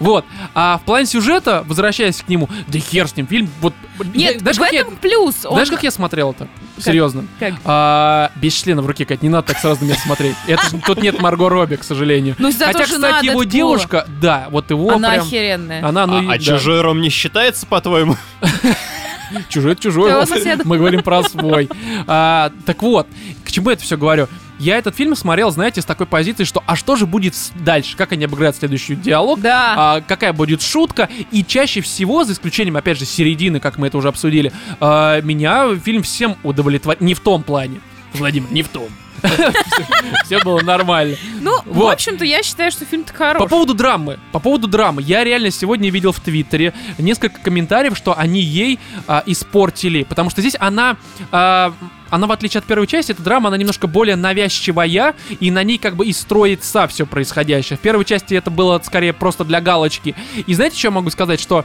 Speaker 1: Вот. А в плане сюжета, возвращаясь к нему, да хер с ним фильм. Вот.
Speaker 3: Нет,
Speaker 1: знаешь,
Speaker 3: в
Speaker 1: как я-
Speaker 3: этом плюс. Он-
Speaker 1: знаешь, как я смотрел это? Серьезно.
Speaker 3: Как?
Speaker 1: А, без члена в руке, Кать, не надо так сразу на меня смотреть. Это ж- тут нет Марго Робби, к сожалению.
Speaker 3: Ну, зато
Speaker 1: Хотя,
Speaker 3: жена
Speaker 1: кстати, его
Speaker 3: Дэдпула.
Speaker 1: девушка, да, вот его
Speaker 3: Она
Speaker 1: прям...
Speaker 3: охеренная.
Speaker 1: Она, ну,
Speaker 2: А,
Speaker 1: и-
Speaker 2: а
Speaker 1: да.
Speaker 2: чужой ром не считается, по-твоему?
Speaker 1: Чужой, это чужой.
Speaker 3: Твоего
Speaker 1: Вот
Speaker 3: соседа.
Speaker 1: Мы говорим про свой. А, так вот, к чему я это все говорю? Я этот фильм смотрел, знаете, с такой позиции, что а что же будет с- дальше? Как они обыграют следующий диалог?
Speaker 3: Да.
Speaker 1: А, какая будет шутка? И чаще всего, за исключением, опять же, середины, как мы это уже обсудили, а, меня фильм всем удовлетворил. Не в том плане. Владимир, не в том. Все было нормально.
Speaker 3: Ну, в
Speaker 1: вот.
Speaker 3: общем-то, я считаю, что фильм-то
Speaker 1: По
Speaker 3: хорош.
Speaker 1: поводу драмы, по поводу драмы, я реально сегодня видел в Твиттере несколько комментариев, что они ей а, испортили, потому что здесь она, а, она в отличие от первой части, эта драма, она немножко более навязчивая, и на ней как бы и строится все происходящее. В первой части это было скорее просто для галочки. И знаете, что я могу сказать, что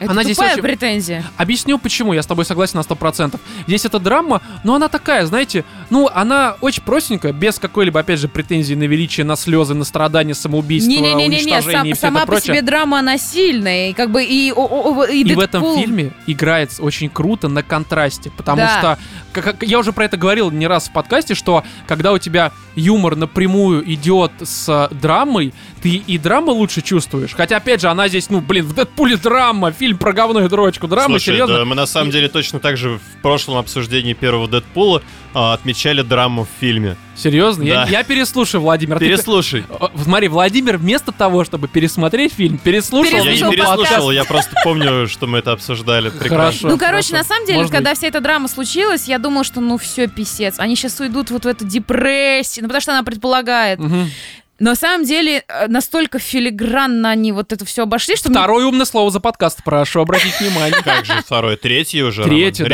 Speaker 3: Это
Speaker 1: она
Speaker 3: тупая
Speaker 1: здесь очень-
Speaker 3: претензия.
Speaker 1: Объясню почему, я с тобой согласен на 100%. Здесь эта драма, но она такая, знаете, ну, она очень простенькая, без какой-либо, опять же, претензии на величие, на слезы, на страдания, самоубийство,
Speaker 3: Не-не-не-не,
Speaker 1: уничтожение и
Speaker 3: сам-
Speaker 1: все
Speaker 3: сама
Speaker 1: это
Speaker 3: по
Speaker 1: прочее.
Speaker 3: себе драма, она сильная. И как бы и, о- о- о- и
Speaker 1: И в этом
Speaker 3: Дэдпул.
Speaker 1: фильме играется очень круто на контрасте, потому
Speaker 3: Да.
Speaker 1: что, как, как я уже про это говорил не раз в подкасте, что когда у тебя юмор напрямую идет с э, драмой, ты и драму лучше чувствуешь. Хотя, опять же, она здесь, ну, блин, в Дэдпуле драма, фильм про говно и дрочку, драма,
Speaker 2: Слушай,
Speaker 1: серьезно.
Speaker 2: да, мы на самом деле точно так же в прошлом обсуждении первого Дэдпула а, отмечали драму в фильме.
Speaker 1: Серьезно? Я,
Speaker 2: Да.
Speaker 1: я переслушаю, Владимир. а ты-
Speaker 2: Переслушай.
Speaker 1: Э, Смотри, Владимир вместо того, чтобы пересмотреть фильм, переслушал.
Speaker 2: Я не
Speaker 3: Переслушал
Speaker 2: переслушал, я просто помню, что мы это обсуждали. Прекрасно.
Speaker 1: Хорошо.
Speaker 3: Ну, короче,
Speaker 1: хорошо.
Speaker 3: на самом деле,
Speaker 1: Может
Speaker 3: когда
Speaker 1: быть.
Speaker 3: вся эта драма случилась, я думала, что ну все, писец. Они сейчас уйдут вот в эту депрессию, ну потому что она предполагает.
Speaker 1: Мгм.
Speaker 3: Но на самом деле э, настолько филигранно они вот это все обошли, что мне-
Speaker 1: Второе умное слово за подкаст, прошу обратить внимание.
Speaker 2: Как же второй? Третий уже? Роман?
Speaker 1: Третий, да.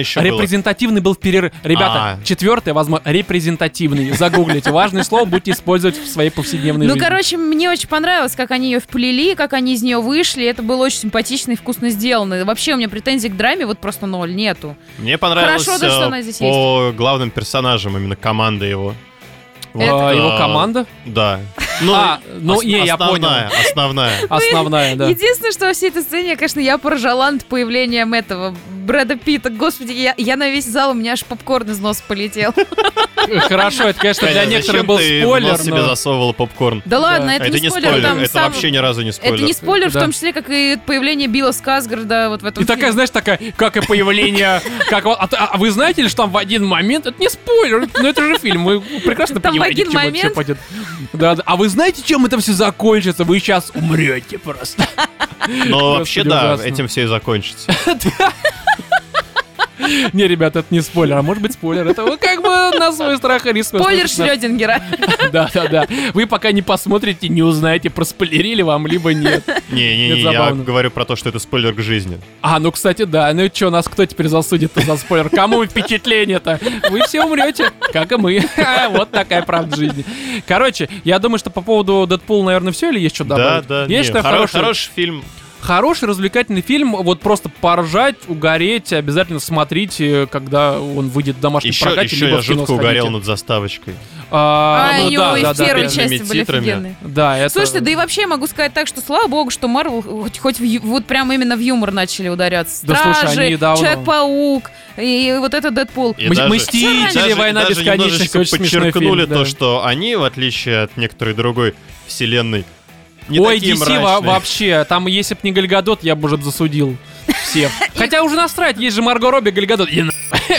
Speaker 1: А,
Speaker 2: еще был.
Speaker 1: Репрезентативный был перерыв. Ребята,
Speaker 2: А.
Speaker 1: четвертое, возможно, репрезентативный. Загуглите. Важное слово будете использовать в своей повседневной
Speaker 3: Ну,
Speaker 1: жизни.
Speaker 3: короче, мне очень понравилось, как они ее вплели, как они из нее вышли. Это было очень симпатично и вкусно сделано. И Вообще у меня претензий к драме вот просто ноль, нету.
Speaker 2: Мне понравилось
Speaker 3: Хорошо, да, что
Speaker 2: э,
Speaker 3: она здесь
Speaker 2: по главным персонажам, именно команда его.
Speaker 1: А,
Speaker 2: Вот,
Speaker 1: его
Speaker 2: а,
Speaker 1: команда.
Speaker 2: Да. Ну,
Speaker 1: а, ну,
Speaker 2: ос-
Speaker 1: не, я
Speaker 2: основная,
Speaker 1: понял.
Speaker 2: Основная.
Speaker 1: Основная, да.
Speaker 3: Единственное, что во всей этой сцене, конечно, я поржала над появлением этого Брэда Питта. Господи, я, я на весь зал, у меня аж попкорн из носа полетел.
Speaker 1: Хорошо, это, конечно,
Speaker 2: Таня,
Speaker 1: для некоторых
Speaker 2: зачем
Speaker 1: был
Speaker 2: ты в
Speaker 1: спойлер,
Speaker 2: нос себе
Speaker 1: но-
Speaker 2: засовывала попкорн?
Speaker 3: Да ладно, это, не спойлер, там
Speaker 2: это
Speaker 3: сам-
Speaker 2: вообще ни разу не спойлер.
Speaker 3: Это не спойлер, в
Speaker 1: Да.
Speaker 3: том числе, как и появление Билла Сказгарда вот в этом
Speaker 1: И такая,
Speaker 3: фильме.
Speaker 1: знаешь, такая, как и появление, как вот- а, а вы знаете ли, что там в один момент, это не спойлер, но это же фильм, вы прекрасно
Speaker 3: Там в
Speaker 1: понимаете,
Speaker 3: один
Speaker 1: к чему это
Speaker 3: момент.
Speaker 1: всё пойдет. Да, да. А вы знаете, чем это все закончится? Вы сейчас умрете просто.
Speaker 2: Но вообще,
Speaker 1: Господи,
Speaker 2: да,
Speaker 1: ужасно.
Speaker 2: этим все и закончится.
Speaker 1: Не, ребят, это не спойлер, а может быть спойлер. Это вы как бы на свой страх и риск.
Speaker 3: Спойлер
Speaker 1: послушайте
Speaker 3: Шрёдингера.
Speaker 1: нас. Да, да, да. Вы пока не посмотрите, не узнаете, проспойлерили вам, либо нет. Это
Speaker 2: Не-не-не, я
Speaker 1: забавно.
Speaker 2: говорю про то, что это спойлер к жизни.
Speaker 1: А, ну, кстати, да. Ну и что, нас кто теперь засудит за спойлер? Кому впечатление-то? Вы все умрете, как и мы. Ха, Вот такая правда жизни. Короче, я думаю, что по поводу Дэдпула, наверное, все или есть что
Speaker 2: Да,
Speaker 1: добавить?
Speaker 2: да,
Speaker 1: Я
Speaker 2: не,
Speaker 1: считаю,
Speaker 2: хоро-
Speaker 1: хороший,
Speaker 2: хороший фильм.
Speaker 1: хороший развлекательный фильм. Вот просто поржать, угореть. Обязательно смотрите, когда он выйдет в домашний
Speaker 2: Еще,
Speaker 1: прокате.
Speaker 2: еще
Speaker 1: либо
Speaker 2: я
Speaker 1: в кино
Speaker 2: жутко угорел
Speaker 1: сходите.
Speaker 2: над заставочкой.
Speaker 1: А,
Speaker 3: Ай,
Speaker 1: ну да,
Speaker 3: ё, и
Speaker 1: да,
Speaker 3: в
Speaker 1: да,
Speaker 3: первой
Speaker 1: да.
Speaker 3: части были
Speaker 2: титрами.
Speaker 3: офигенные.
Speaker 1: Да, это...
Speaker 3: Слушайте, да и вообще могу сказать так, что слава богу, что Марвел хоть, хоть в ю- вот прям именно в юмор начали ударяться.
Speaker 1: Да слушай,
Speaker 3: Стражи,
Speaker 1: они давно.
Speaker 3: Человек-паук и вот этот Дэдпул.
Speaker 2: И
Speaker 1: Мы-
Speaker 2: даже-
Speaker 1: Мстители,
Speaker 2: даже-
Speaker 1: Война
Speaker 2: даже
Speaker 1: бесконечности,
Speaker 2: немножечко
Speaker 1: очень смешной
Speaker 2: подчеркнули
Speaker 1: фильм,
Speaker 2: то,
Speaker 1: да.
Speaker 2: что они, в отличие от некоторой другой вселенной, не
Speaker 1: Ой,
Speaker 2: такие
Speaker 1: DC во-
Speaker 2: мрачные.
Speaker 1: вообще, там, если б не Гальгадот, я бы уже б засудил всех. Хотя уже насрать, есть же Марго Робби, Гальгадот. И на-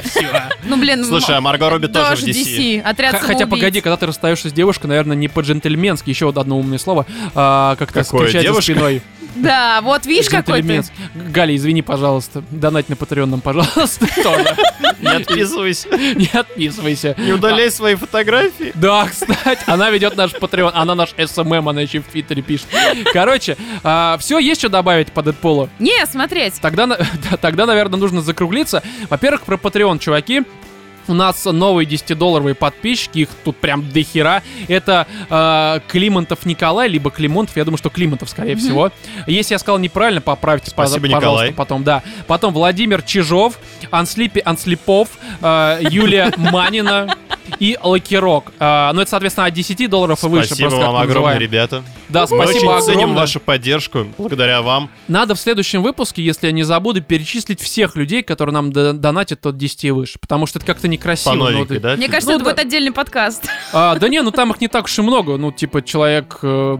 Speaker 1: Всё.
Speaker 3: Ну, блин,
Speaker 2: Слушай, а Марго Робби тоже, в DC.
Speaker 3: Отряд
Speaker 1: Х- Хотя,
Speaker 3: самоубийц.
Speaker 1: погоди, когда ты расстаешься с девушкой, наверное, не по-джентльменски, еще вот одно умное слово, а, как-то
Speaker 2: Какое?
Speaker 1: скричать за
Speaker 2: Девушка?
Speaker 1: спиной.
Speaker 3: Да, вот видишь какой ты.
Speaker 1: Джентльменс. Галя, извини, пожалуйста. Донать на Патреон нам, пожалуйста, тоже.
Speaker 2: Не отписывайся.
Speaker 1: Не отписывайся.
Speaker 2: Не
Speaker 1: А.
Speaker 2: удаляй свои фотографии.
Speaker 1: Да, кстати, она ведет наш Patreon, она наш СММ, она еще в Твиттере пишет. Короче, все, есть что добавить по Дэдполу?
Speaker 3: Не, смотреть.
Speaker 1: Тогда, на- да, тогда, наверное, нужно закруглиться. Во-первых, про Patreon, чуваки. У нас новые 10-долларовые подписчики, их тут прям до хера. Это э, Климонтов Николай, либо Климонтов, я думаю, что Климонтов, скорее всего. Если я сказал неправильно, поправьте,
Speaker 2: Спасибо,
Speaker 1: пожалуйста,
Speaker 2: Николай.
Speaker 1: потом, да. Потом Владимир Чижов, Анслипи Анслипов, э, Юлия Манина и Лакирок. Э, ну, это, соответственно, от 10 долларов и выше.
Speaker 2: Спасибо
Speaker 1: просто как
Speaker 2: вам
Speaker 1: мы
Speaker 2: огромное,
Speaker 1: называем.
Speaker 2: ребята.
Speaker 1: Да,
Speaker 2: Мы
Speaker 1: спасибо
Speaker 2: очень ценим
Speaker 1: огромное.
Speaker 2: вашу поддержку. Благодаря вам.
Speaker 1: Надо в следующем выпуске, если я не забуду, перечислить всех людей, которые нам до- донатят от 10 и выше. Потому что это как-то некрасиво.
Speaker 2: По
Speaker 1: ну,
Speaker 2: новенькой,
Speaker 1: вот-
Speaker 2: да?
Speaker 3: Мне
Speaker 2: типа?
Speaker 3: кажется,
Speaker 1: Ну
Speaker 3: это
Speaker 1: да.
Speaker 3: будет отдельный подкаст.
Speaker 1: А, да не, ну там их не так уж и много. Ну, типа, человек... э,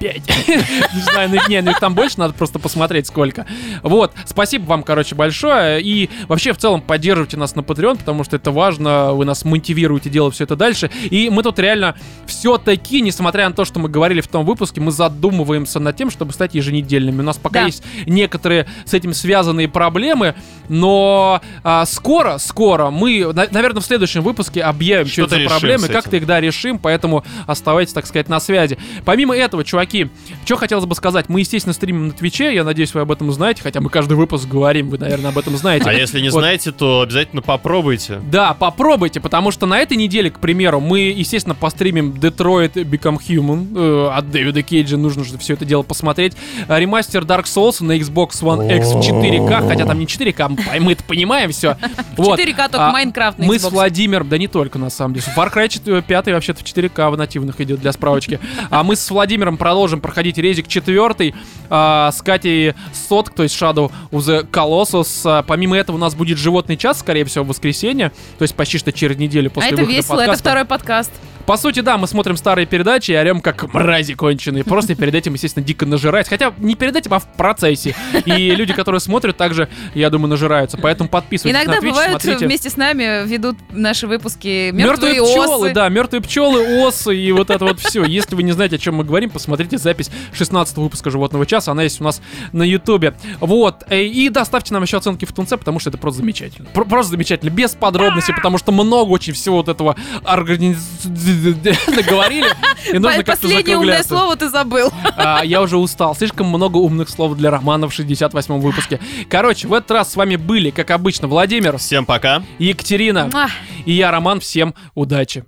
Speaker 1: пять. Не знаю, ну, их- не, ну их там больше, надо просто посмотреть сколько. Вот, спасибо вам, короче, большое. И вообще, в целом, поддерживайте нас на Patreon, потому что это важно, вы нас мотивируете делать все это дальше. И мы тут реально все-таки, несмотря на то, что мы говорили в том выпуске, мы задумываемся над тем, чтобы стать еженедельными. У нас пока
Speaker 3: Да.
Speaker 1: есть некоторые с этим связанные проблемы, но а, скоро, скоро мы, на- наверное, в следующем выпуске объявим, что это
Speaker 2: Что-то
Speaker 1: за
Speaker 2: решим
Speaker 1: проблемы,
Speaker 2: с
Speaker 1: как-то
Speaker 2: этим.
Speaker 1: их, да, решим, поэтому оставайтесь, так сказать, на связи. Помимо этого, чуваки, что хотелось бы сказать, мы, естественно, стримим на Твиче, я надеюсь, вы об этом знаете, хотя мы каждый выпуск говорим, вы, наверное, об этом знаете.
Speaker 2: А если не
Speaker 1: Вот.
Speaker 2: знаете, то обязательно попробуйте.
Speaker 1: Да, попробуйте, потому что на этой неделе, к примеру, мы, естественно, постримим Detroit Become Human э, от Дэвида Кейджа, нужно же все это дело посмотреть. А, Ремастер Dark Souls на Xbox One X в 4K, хотя там не 4К, мы пой- мы это понимаем все.
Speaker 3: 4К только Майнкрафт на
Speaker 1: А Мы с
Speaker 3: Xbox.
Speaker 1: Владимиром, да не только на самом деле. Far Cry 4, 5 вообще-то в 4К в нативных идет для справочки. А мы с Владимиром продолжим проходить Резик 4 а, с Катей Сотк, то есть Shadow of the Colossus. А, помимо этого у нас будет животный час, скорее всего, в воскресенье, то есть почти что через неделю
Speaker 3: А
Speaker 1: после
Speaker 3: это
Speaker 1: выхода
Speaker 3: весело, это
Speaker 1: подкаста.
Speaker 3: второй подкаст.
Speaker 1: По сути, да, мы смотрим старые передачи и орем как мрази конченые. Просто перед этим, естественно, дико нажирать. Хотя не перед этим, а в процессе. И люди, которые смотрят, также, я думаю, нажираются. Поэтому подписывайтесь
Speaker 3: Иногда
Speaker 1: на Twitch,
Speaker 3: бывают
Speaker 1: смотрите.
Speaker 3: вместе с нами ведут наши выпуски
Speaker 1: Мертвые,
Speaker 3: мертвые
Speaker 1: пчелы,
Speaker 3: осы.
Speaker 1: да, мертвые пчелы, осы и вот это вот все. Если вы не знаете, о чем мы говорим, посмотрите запись 16 выпуска животного часа. Она есть у нас на Ютубе. Вот. Э, И доставьте нам еще оценки в тунце, потому что это просто замечательно. Про- Просто замечательно. Без подробностей, потому что много очень всего вот этого говорили. И нужно как-то
Speaker 3: Последнее умное
Speaker 1: закругляться.
Speaker 3: слово ты забыл.
Speaker 1: А, я уже устал. Слишком много умных слов для романа в 68 выпуске. Короче, в этот раз с вами были, как обычно, Владимир,
Speaker 2: Всем пока.
Speaker 1: Екатерина
Speaker 3: Муа.
Speaker 1: и я, Роман. Всем удачи.